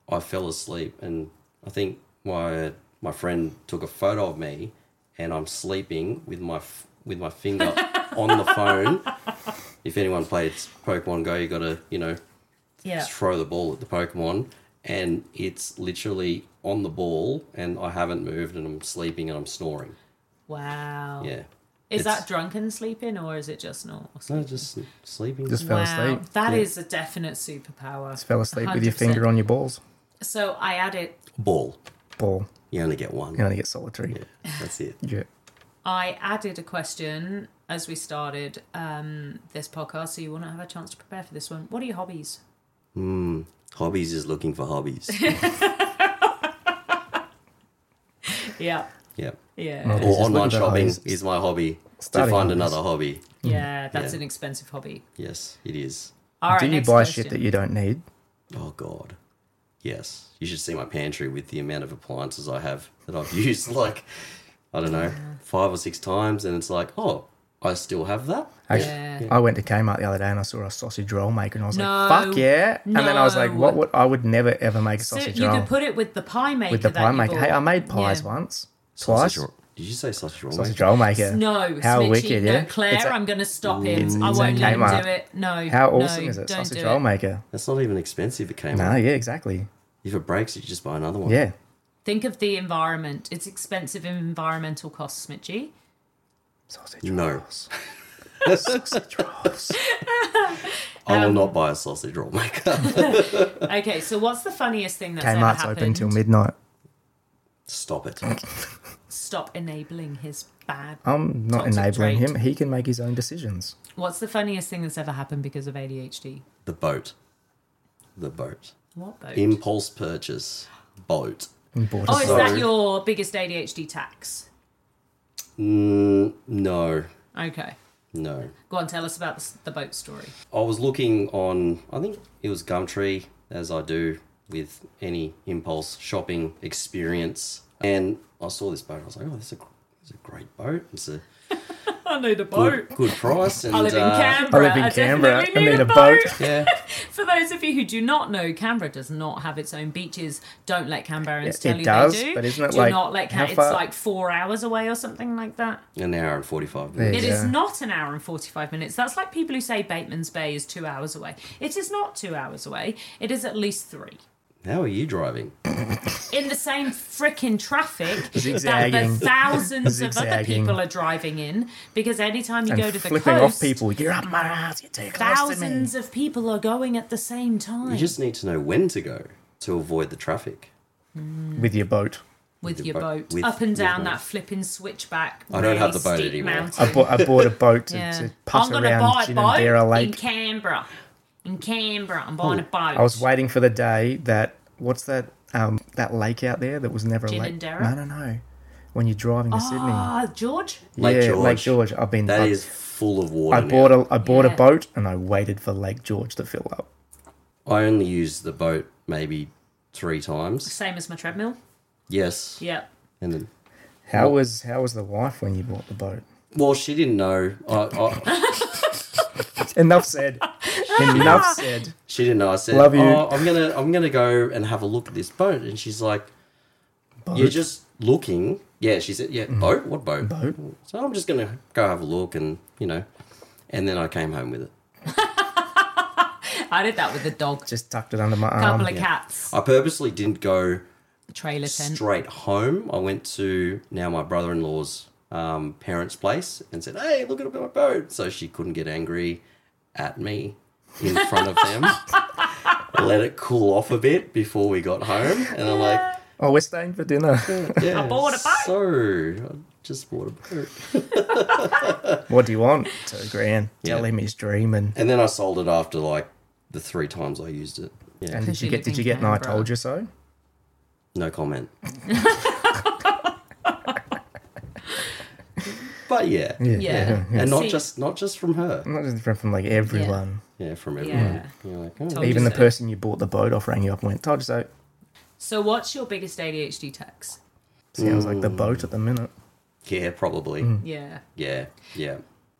S2: I fell asleep, and I think my my friend took a photo of me, and I'm sleeping with my f- with my finger on the phone. If anyone plays Pokemon Go, you gotta you know
S3: Yeah.
S2: throw the ball at the Pokemon, and it's literally on the ball, and I haven't moved, and I'm sleeping and I'm snoring.
S3: Wow.
S2: Yeah.
S3: Is
S2: It's-
S3: that drunken sleeping or is it just not?
S2: No, just sleeping.
S1: Just fell asleep.
S3: that
S2: Yeah.
S3: is a definite superpower.
S1: Just fell asleep with your finger on your balls.
S3: So I added,
S2: ball.
S1: Ball.
S2: You only get one.
S1: You only get solitary. Yeah.
S2: That's it.
S3: I added a question as we started um, this podcast, so you wouldn't have a chance to prepare for this one. What are your hobbies?
S2: Hobbies is looking for
S3: (laughs)
S2: hobbies.
S3: Yeah,
S2: yeah.
S3: yeah,
S1: Well,
S2: Or
S1: just
S2: online
S1: looking for
S2: shopping
S1: hobbies.
S2: is my hobby.
S1: Starting
S2: to find
S1: hobbies.
S2: another hobby.
S3: yeah. That's
S2: Yeah.
S3: an expensive hobby.
S2: Yes, it is.
S3: All right,
S1: Do you
S3: next
S1: buy
S3: question.
S1: shit that you don't need?
S2: Oh God. Yes. You should see my pantry with the amount of appliances I have that I've (laughs) used like I don't know, five or six times and it's like, oh, I still have that?
S1: Actually,
S3: Yeah.
S1: I went to Kmart the other day and I saw a sausage roll maker and I was
S3: No.
S1: like, "Fuck yeah!" And then I was like,
S3: No.
S1: "What would I would never ever make a
S3: So
S1: sausage
S3: you
S1: roll
S3: could put it with the pie maker.
S1: with the
S3: that
S1: pie
S3: you
S1: maker." Hey,
S3: bought.
S1: I made pies
S3: Yeah.
S1: once,
S2: Sausage
S1: twice.
S2: roll- Did you say sausage roll?
S1: Sausage
S2: mate?
S1: roll maker.
S3: No,
S1: how
S3: Smitchy,
S1: wicked,
S3: no,
S1: yeah.
S3: Claire,
S1: It's a-
S3: I'm going to stop him. I won't
S1: okay,
S3: let him
S1: Mark.
S3: do it. No,
S1: how
S3: no,
S1: awesome is it?
S3: Don't
S1: Sausage
S3: do
S1: roll
S3: it.
S1: maker.
S2: That's not even expensive it came
S1: No,
S2: out.
S1: yeah, exactly.
S2: If it breaks, you just buy another one.
S1: Yeah,
S3: Think of the environment. It's expensive environmental costs, Smitchy.
S1: sausage
S2: No.
S1: rolls. sausage rolls.
S2: I will not buy a sausage roll maker. (laughs)
S3: Okay, so what's the funniest thing that's ever
S1: Kmart's
S3: happened?
S1: open till midnight.
S2: Stop it.
S3: Stop enabling his bad.
S1: I'm not
S3: Toxic
S1: enabling
S3: trait.
S1: him. He can make his own decisions.
S3: What's the funniest thing that's ever happened because of ADHD?
S2: The boat. The boat.
S3: What boat?
S2: Impulse purchase. Boat.
S1: Bought
S3: oh,
S1: a
S3: is
S1: boat.
S3: that
S2: Sorry.
S3: your biggest ADHD tax?
S2: Mm, no,
S3: Okay,
S2: no.
S3: go on. Tell us about the, s- the boat story.
S2: I was looking on, I think it was Gumtree, as I do with any impulse shopping experience. And I saw this boat. I was like, oh, this is a, this is a great boat. It's a
S3: I need a
S2: good, good price. And,
S3: I live in
S2: uh,
S1: I
S3: Canberra.
S1: live in Canberra.
S3: definitely
S1: I need a boat.
S2: Yeah.
S3: For those of you who do not know, Canberra does not have its own beaches. Don't let Canberrans
S1: Yeah,
S3: tell
S1: it
S3: you
S1: does,
S3: they do.
S1: but isn't it
S3: do
S1: like-
S3: not let
S1: how
S3: Can-
S1: far-
S3: It's like four hours away or something like that.
S2: An hour and 45
S1: There you
S2: minutes.
S3: It is
S1: Yeah.
S3: not an hour and 45 minutes. That's like people who say Bateman's Bay is two hours away. It is not two hours away. It is at least three.
S2: How are you driving?
S3: In the same frickin' traffic that
S1: (laughs)
S3: the
S1: Zigzagging.
S3: thousands of other
S1: Zigzagging.
S3: people are driving in, because anytime you go
S1: And
S3: to the
S1: flipping
S3: coast,
S1: off people. You're up my ass. You're too close to me.
S3: thousands of people are going at the same time
S2: You just need to know when to go to avoid the traffic.
S1: With your boat.
S3: with
S2: the
S3: your
S2: boat-
S3: boat,
S2: with-
S3: up and
S2: with
S3: down
S2: boat.
S3: that flipping switchback.
S2: I don't have the boat
S3: steep
S2: anymore.
S1: I
S3: mountain.
S1: bought, I bought a boat to,
S3: Yeah.
S1: to putt
S3: I'm gonna buy
S1: around
S3: a
S1: Ginandera
S3: boat in
S1: Lake.
S3: Canberra. In Canberra, I'm buying a boat.
S1: I was waiting for the day that what's that um that lake out there that was never a lake.
S3: Ginandera?
S1: No, no, no. When you're driving to Sydney,
S3: Ah, George.
S2: Lake
S1: yeah,
S2: George.
S1: Lake George. I've been.
S2: That
S1: I,
S2: is full of water.
S1: I
S2: now.
S1: bought a I bought
S3: Yeah.
S1: a boat and I waited for Lake George to fill up.
S2: I only used the boat maybe three times.
S3: Same as my treadmill.
S2: Yes.
S3: Yep.
S2: And then,
S1: How was how was the wife when you bought the boat? (laughs)
S2: well, she didn't know. I, I,
S1: Enough
S3: (laughs)
S1: said. Enough said.
S2: she didn't know. I said,
S1: Love you.
S2: "Oh, I'm gonna, I'm gonna go and have a look at this boat." And she's like, "You're just looking." Yeah, she said, "Yeah, boat. What boat?"
S1: Mm-hmm. Boat.
S2: So I'm just gonna go have a look, and you know, and then I came home with it.
S3: I did that with the dog.
S1: Just tucked it under my arm.
S3: couple of cats.
S2: I purposely didn't go
S3: Trailer tent.
S2: straight home. I went to now my brother-in-law's um, parents' place and said, "Hey, look at my boat!" So she couldn't get angry at me in front of them. Let it cool off a bit before we got home, and I'm like,
S1: Oh, we're staying for
S3: (laughs)
S1: dinner.
S2: "Yeah,
S3: bought a boat."
S2: So I just bought a boat,
S1: what do you want? Two grand. Tell
S2: Yeah.
S1: him his dream and.
S2: and then I sold it after like the three times I used it. Yeah,
S1: And did
S3: you
S1: you get
S3: live
S1: did
S3: in
S1: you get and I
S3: Canberra.
S1: told you so?
S3: (laughs)
S2: no comment. but yeah.
S1: Yeah.
S3: Yeah.
S2: And not
S3: See-
S2: just not just from her.
S1: Not just different from like everyone.
S2: Yeah, from everyone.
S3: Yeah.
S2: You're like, oh,
S3: Told
S1: Even
S3: you
S1: the
S3: so.
S1: person you bought the boat off rang you up and went, "Told you so."
S3: So, what's your biggest ADHD tax?
S1: Sounds like the boat at the minute.
S2: yeah, probably.
S3: Yeah.
S2: Yeah, yeah.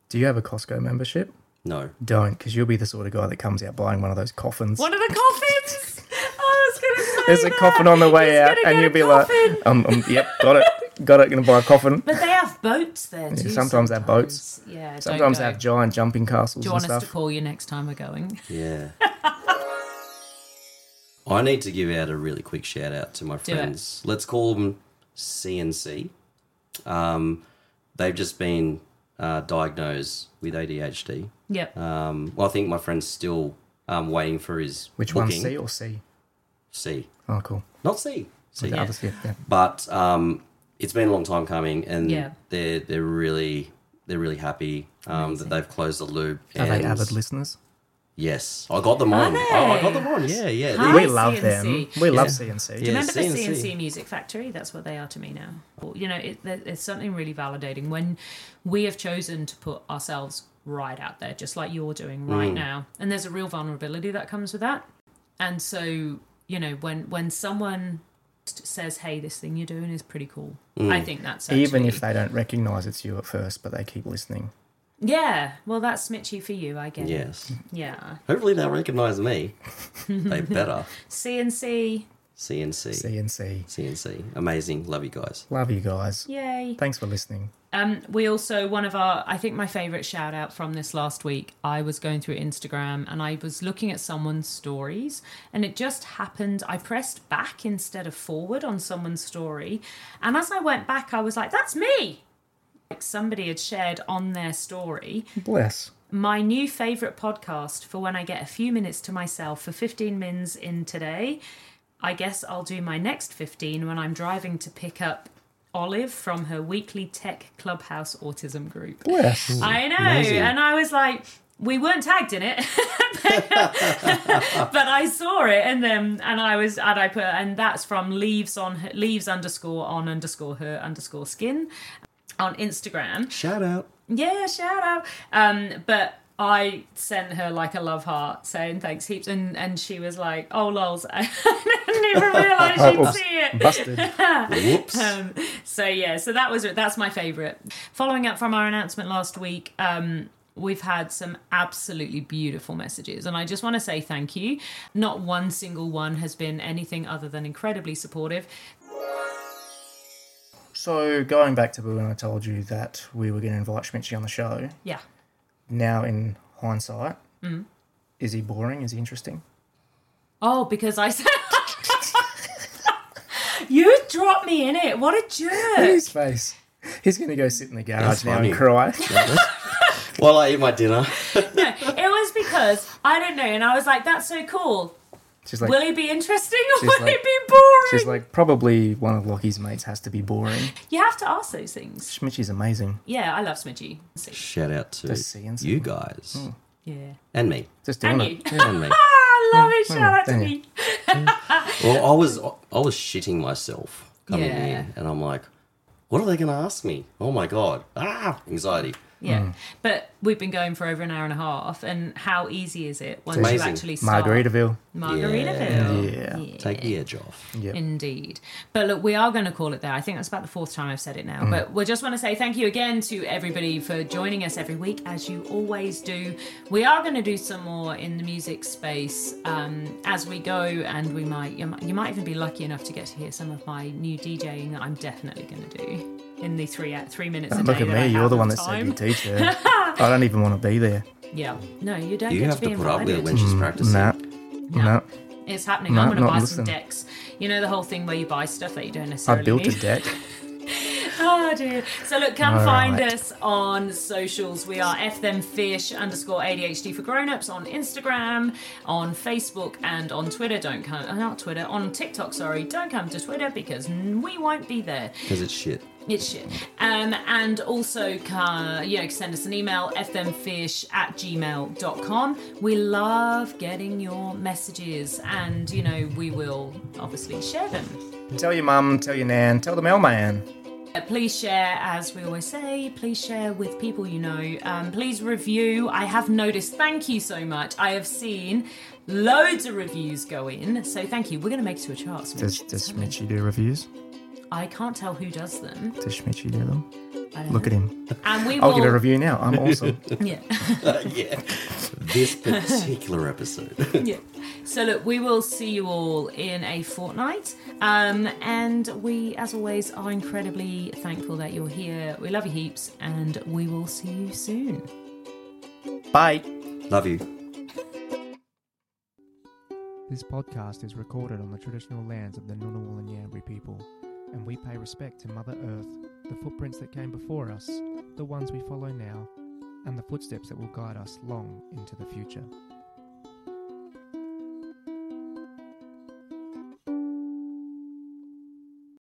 S1: Do you have a Costco membership?
S2: No.
S1: Don't, because you'll be the sort of guy that comes out buying one of those coffins.
S3: One of the coffins. (laughs) I was gonna say
S1: There's a
S3: that.
S1: coffin on the way
S3: He's
S1: out,
S3: gonna
S1: and
S3: get
S1: you'll be
S3: a coffin.
S1: like, um, um, "Yep, got it, got it. Gonna buy a
S3: (laughs)
S1: coffin."
S3: But they have boats there too.
S1: sometimes they have boats.
S3: sometimes. Yeah.
S1: Sometimes they
S3: don't go.
S1: have giant jumping castles
S3: Do you
S1: and
S3: want us to
S1: stuff.
S3: call you next time we're going? (laughs)
S2: Yeah. (laughs) I need to give out a really quick shout out to my
S3: it.
S2: friends. Let's call them CNC. Um, they've just been uh, diagnosed with ADHD.
S3: Yep.
S2: Um, well, I think my friend's still um, waiting for his
S1: Which one,
S2: booking.
S1: C or C?
S2: C,
S1: Oh, cool.
S2: not C. C.
S1: The
S3: Yeah.
S1: others, yeah, yeah.
S2: But um, it's been a long time coming, and
S3: Yeah.
S2: they're they're really they're really happy um, that they've closed the loop.
S1: Are they
S2: and-
S1: avid listeners?
S2: Yes, I got them on. Oh,
S3: they?
S2: I, I got them on. Yeah, yeah.
S3: Hi.
S1: we love them.
S3: CNC.
S1: We love CNC.
S2: Yeah.
S3: Remember
S2: CNC.
S3: the CNC Music Factory? That's what they are to me now. Well, You know, it, there- it's something really validating when we have chosen to put ourselves right out there, just like you're doing right now. And there's a real vulnerability that comes with that. And so, you know, when when someone says, "Hey, this thing you're doing is pretty cool," I think that's actually,
S1: Even if they don't recognise it's you at first, but they keep listening.
S3: yeah. Well, that's Smitchy for you, I guess. Yeah.
S2: Yes.
S3: yeah.
S2: Hopefully they'll recognise me.
S3: (laughs)
S2: they better.
S3: CNC,
S2: CNC.
S1: CNC.
S2: CNC. Amazing. Love you guys.
S1: Love you guys.
S3: yay.
S1: Thanks for listening.
S3: Um, we also one of our I think my favorite shout out from this last week. I was going through Instagram and I was looking at someone's stories and it just happened I pressed back instead of forward on someone's story and as I went back I was like that's me. Like somebody had shared on their story
S1: Bless.
S3: my new favorite podcast for when I get a few minutes to myself for 15 mins in today. I guess I'll do my next 15 when I'm driving to pick up Olive from her weekly tech clubhouse autism group.
S1: Bless.
S3: I know.
S2: amazing.
S3: And I was like, we weren't tagged in it, (laughs) but I saw it, and then and I was and I put and that's from leaves on her, leaves underscore on underscore her underscore skin on Instagram.
S2: Shout
S3: (laughs)
S2: out.
S3: Yeah, shout out. Um, but I sent her like a love heart saying thanks heaps, and and she was like, "Oh, lols," (laughs) I didn't
S1: (laughs)
S3: even realize she'd see it. (laughs)
S1: Busted.
S2: Whoops.
S3: Um, so yeah, so that was that's my favorite. Following up from our announcement last week, um, we've had some absolutely beautiful messages, and I just want to say thank you. Not one single one has been anything other than incredibly supportive.
S1: So going back to when I told you that we were going to invite Schmitchy on the show,
S3: Yeah,
S1: now in hindsight,
S3: Mm-hmm.
S1: is he boring? Is he interesting?
S3: Oh, because I (laughs) said you dropped me in it. What a jerk!
S1: His face. He's going to go sit in the garage
S2: That's
S1: now and
S2: funny.
S1: cry.
S2: While I eat my dinner.
S3: No, it was because I didn't know, and I was like, "That's so cool.
S1: She's like,
S3: Will he be interesting or
S1: She's
S3: will he
S1: like-
S3: be boring?"
S1: she's like, probably one of Lockie's mates has to be boring.
S3: you have to ask those things.
S1: Schmitchy's amazing.
S3: Yeah, I love Smidgy.
S2: Shout out to
S1: The CNC.
S2: you guys.
S3: Hmm. Yeah,
S2: And me.
S1: Just doing
S3: and
S1: it.
S3: you. (laughs) Ah,
S2: And me.
S3: I love it. Shout out to
S1: thank Oh, you.
S3: me.
S2: Well, I was I was shitting myself coming
S3: Yeah.
S2: in and I'm like, what are they gonna ask me? Oh my god. Ah anxiety.
S3: Yeah,
S1: Mm.
S3: but we've been going for over an hour and a half, and how easy is it once you
S2: Amazing.
S3: actually start?
S1: Margaritaville.
S3: Margaritaville.
S1: Yeah. Yeah.
S2: Take the edge off.
S1: Yep.
S3: Indeed. But look, we are going to call it there. I think that's about the fourth time I've said it
S1: Mm.
S3: now. But we just want to say thank you again to everybody for joining us every week, as you always do. We are going to do some more in the music space um, as we go, and we might you, might you might even be lucky enough to get to hear some of my new DJing that I'm definitely going to do in the three uh, three minutes. a
S1: Look
S3: day
S1: at
S3: that I
S1: me. You're
S3: have
S1: the
S3: of
S1: one that said
S3: time.
S1: you teach
S3: (laughs)
S1: her. I don't even want to be there.
S3: Yeah. No, you don't.
S2: You
S3: get
S2: have
S3: to,
S2: to
S3: be
S2: put up with it
S3: invited. Hmm.
S2: when she's practicing.
S1: Nah. Nah.
S3: It's happening.
S1: Mm. No,
S3: I'm going to
S1: not
S3: buy some
S1: listen.
S3: decks. You know the whole thing where you buy stuff that you don't
S1: I
S3: necessarily
S1: built a
S3: need. (laughs)
S1: deck.
S3: Oh dear. So look, come
S1: All
S3: find
S1: right.
S3: us on socials. We are F them fish underscore ADHD for grown ups on Instagram, on Facebook, and on Twitter. Don't come uh, not Twitter on TikTok. Sorry, don't come to Twitter because we won't be there.
S2: Because it's shit. (laughs)
S3: It's shit. Um, and also, ca- you know, send us an email, fmfish at gmail.com. We love getting your messages and, you know, we will obviously share them.
S1: Tell your mum, tell your nan, tell the mailman.
S3: Please share, as we always say, please share with people you know. Um, please review. I have noticed, thank you so much. I have seen loads of reviews go in. So thank you. We're going to make it to a chart. Smitch.
S1: Does, does Schmitchy do reviews?
S3: I can't tell who
S1: (laughs)
S3: does them.
S1: Does Schmitchy do them?
S3: I don't
S1: Look
S3: know. Oh.
S1: at him.
S3: And we will.
S1: I'll give a review now.
S3: (laughs)
S1: I'm awesome.
S3: Yeah. (laughs)
S2: yeah. This particular episode.
S3: yeah. So look, we will see you all in a fortnight. Um, and we, as always, are incredibly thankful that you're here. We love you heaps, and we will see you soon.
S1: Bye.
S2: Love you.
S1: This podcast is recorded on the traditional lands of the Ngunnawal and Yambri people, and we pay respect to Mother Earth, the footprints that came before us, the ones we follow now, and the footsteps that will guide us long into the future.